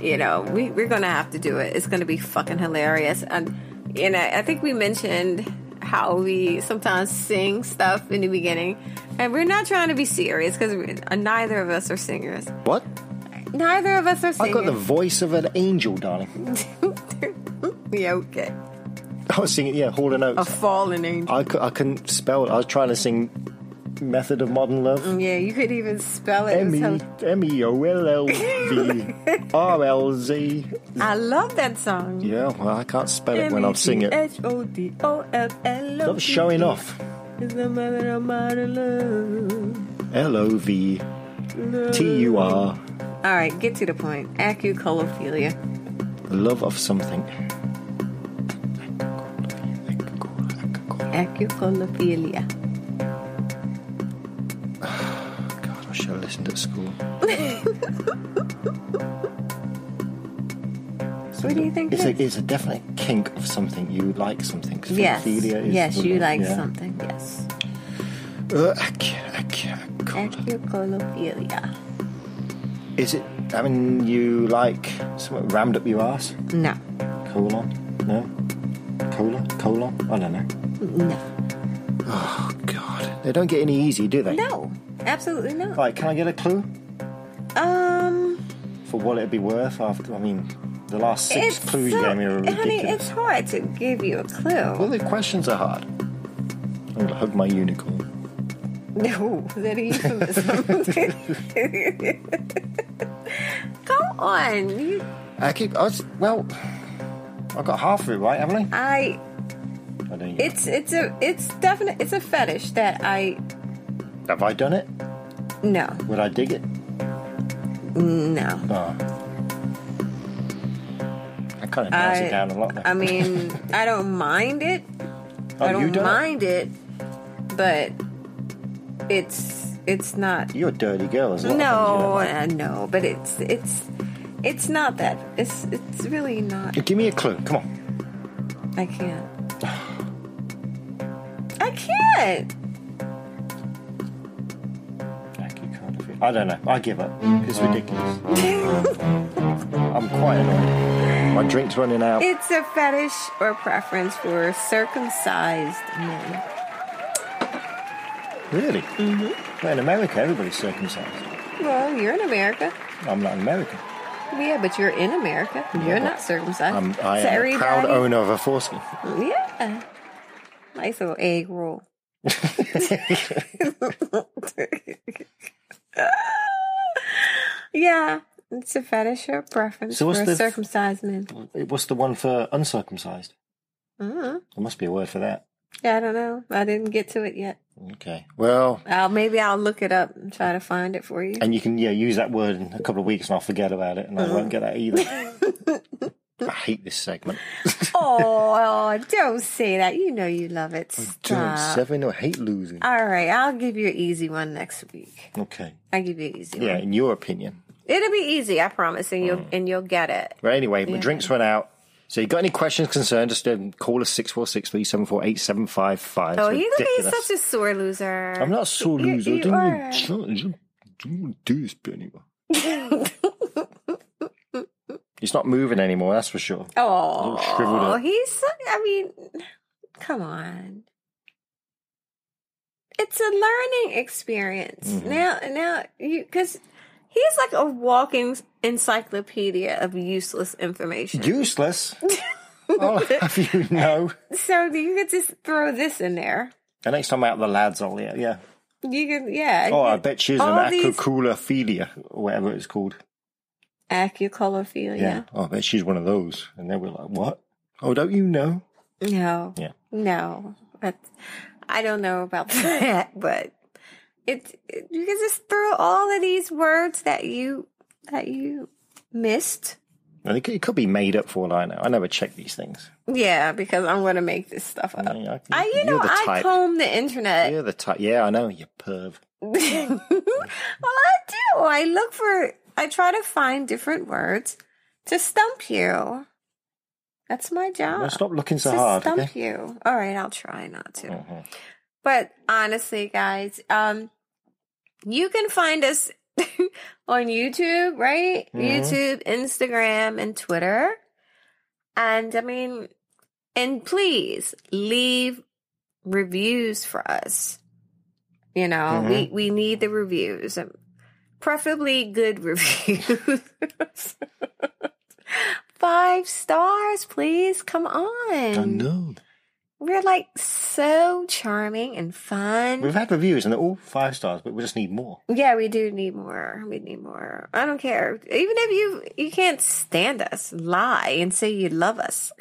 S1: You know, we, we're gonna have to do it. It's gonna be fucking hilarious. And you know, I think we mentioned how we sometimes sing stuff in the beginning, and we're not trying to be serious because neither of us are singers.
S2: What?
S1: Neither of us are
S2: I
S1: singers.
S2: got the voice of an angel, darling.
S1: yeah, okay.
S2: I was singing. Yeah, Hall and Oates.
S1: A fallen angel.
S2: I, cou- I couldn't spell it. I was trying to sing Method of Modern Love.
S1: Yeah, you could even spell it. It
S2: M
S1: was hel-
S2: E M E O L L V R L Z.
S1: I love that song.
S2: Yeah, well, I can't spell it when I'm singing it.
S1: H O D O L E L O.
S2: Stop showing off.
S1: It's the mother of my love.
S2: L O V T U R.
S1: All right, get to the point. Acucolophilia.
S2: The love of something.
S1: Acucolophilia.
S2: God, I should have listened at school.
S1: What do you think?
S2: It's
S1: it
S2: a,
S1: is?
S2: it's a definite kink of something. You like something.
S1: Yes.
S2: Philia is
S1: Yes,
S2: the
S1: you
S2: love,
S1: like
S2: yeah.
S1: something. Yes.
S2: Uh, ac- ac-
S1: Eh?
S2: ac-
S1: Acucolophilia.
S2: Is it? I mean, you like something rammed up your ass?
S1: No.
S2: Colon? No. Cola? Colon? I don't know.
S1: No.
S2: Oh God, they don't get any easy, do they?
S1: No. Absolutely not.
S2: Right, can I get a clue
S1: Um.
S2: for what it'd be worth? After I mean, the last six
S1: it's
S2: clues
S1: so,
S2: you gave me are ridiculous.
S1: honey, it's hard to give you a
S2: Well,
S1: clue.
S2: the questions are hard. I'm gonna hug my unicorn.
S1: No, is that a euphemism? Go on. You
S2: I keep. I was, well, I got half of it right, haven't
S1: I
S2: I? I don't.
S1: it's it's a it's definite it's a fetish that I
S2: Have I done it?
S1: no
S2: Would I dig it?
S1: no
S2: Oh. I kind of narrows
S1: I
S2: it down a lot. There.
S1: I mean I don't mind it
S2: oh,
S1: I
S2: you
S1: don't
S2: done it?
S1: mind it. but it's it's not
S2: You're a dirty girl. There's a lot of things you
S1: no
S2: don't like.
S1: uh, no but it's it's it's not that it's it's really not
S2: Give me a clue. Come on.
S1: I can't I can't
S2: I don't know. I give up. It's ridiculous. I'm quite annoyed. My drink's running out.
S1: It's a fetish or preference for circumcised men.
S2: Really? Mm-hmm. Well, in America, everybody's circumcised.
S1: Well, you're in America.
S2: I'm not American.
S1: Yeah, but you're in America. You're not circumcised.
S2: I'm, Um, I
S1: So
S2: am a proud
S1: everybody-
S2: owner of a foreskin.
S1: Yeah. Nice little egg roll. yeah, it's a fetish or preference
S2: So what's
S1: for
S2: the-
S1: circumcised men.
S2: What's the one for uncircumcised?
S1: Mhm.
S2: There must be a word for that.
S1: Yeah, I don't know. I didn't get to it yet.
S2: Okay. Well,
S1: I'll, maybe I'll look it up and try to find it for you.
S2: and you can yeah use that word in a couple of weeks, and I'll forget about it, and I won't get that either. I hate this segment.
S1: oh, don't say that. You know you love it.
S2: Doing
S1: Stop.
S2: seven, I hate losing.
S1: All right, I'll give you an easy one next week.
S2: Okay.
S1: I'll give you an easy
S2: Yeah,
S1: one.
S2: in your opinion.
S1: It'll be easy, I promise, and
S2: Mm.
S1: you'll and you'll get it.
S2: But anyway, my drinks run out. So you got any questions, concern, just um, call us 646 374 8755.
S1: Oh, he's he's such a sore loser.
S2: I'm not so
S1: You-
S2: loser.
S1: you
S2: Don't
S1: are.
S2: you don't do this bit anymore. He's not moving anymore, that's for sure.
S1: Oh,
S2: Little shriveled up.
S1: he's. so- I mean, come on. It's a learning experience
S2: Mm-hmm.
S1: now. Now you because he's like a walking encyclopedia of useless information.
S2: Useless. I'll have you know.
S1: so do you could just throw this in there.
S2: The next time I'm out with the lads, I'll, yeah, yeah.
S1: You can, yeah.
S2: Oh, I bet she is an
S1: All these-
S2: acroculophilia, or whatever it's called.
S1: Acucolophilia.
S2: Oh, I bet she's one of those. And they were like, what? Oh, don't you know?
S1: No.
S2: Yeah.
S1: No. That's, I don't know about that, but it, it you can just throw all of these words that you that you missed.
S2: And it could, it could be made up for all I know. I never check these things.
S1: Yeah, because I'm gonna make this stuff up.
S2: mean, I-
S1: I, you
S2: Mm-hmm. you're
S1: know,
S2: the
S1: I
S2: type.
S1: comb the internet.
S2: Yeah, the type. Yeah, I know. You perv.
S1: well, I do. I look for, I try to find different words to stump you. That's my job.
S2: Well, stop looking so
S1: to
S2: hard.
S1: Ah, stump
S2: Okay?
S1: you. All right, I'll try not to.
S2: Mhm.
S1: But honestly, guys, um, you can find us on YouTube, right?
S2: Mhm.
S1: YouTube, Instagram, and Twitter. And I mean, and please leave reviews for us. You know, we, we need the reviews, um, preferably good reviews. Five stars, please. Come on.
S2: I know.
S1: We're like so charming and fun.
S2: We've had reviews and they're all five stars, but we just need more.
S1: yeah, we do need more. We need more. I don't care. Even if you you can't stand us, lie and say you love us.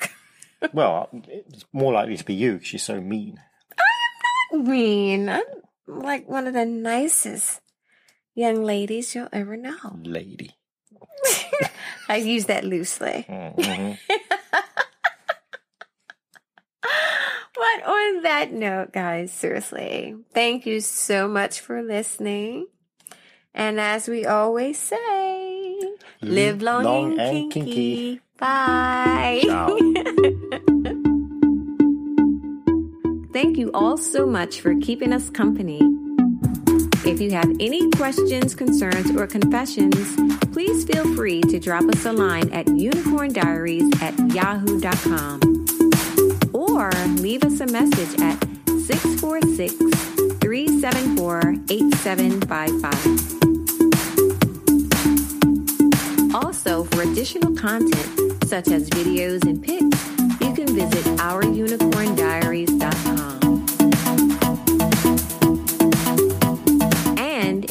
S2: Well, it's more likely to be you 'cause you're so mean.
S1: I mean, I'm like one of the nicest young ladies you'll ever know.
S2: Lady.
S1: I use that loosely.
S2: Mhm.
S1: But on that note, guys, seriously, thank you so much for listening. And as we always say, live long, and, kinky. Bye.
S2: Ciao.
S1: Thank you all so much for keeping us company. If you have any questions, concerns, or confessions, please feel free to drop us a line at unicorndiaries at yahoo.com or leave us a message at 646 374 8755. Also, for additional content, such as videos and pics, you can visit ourunicorndiaries.com. And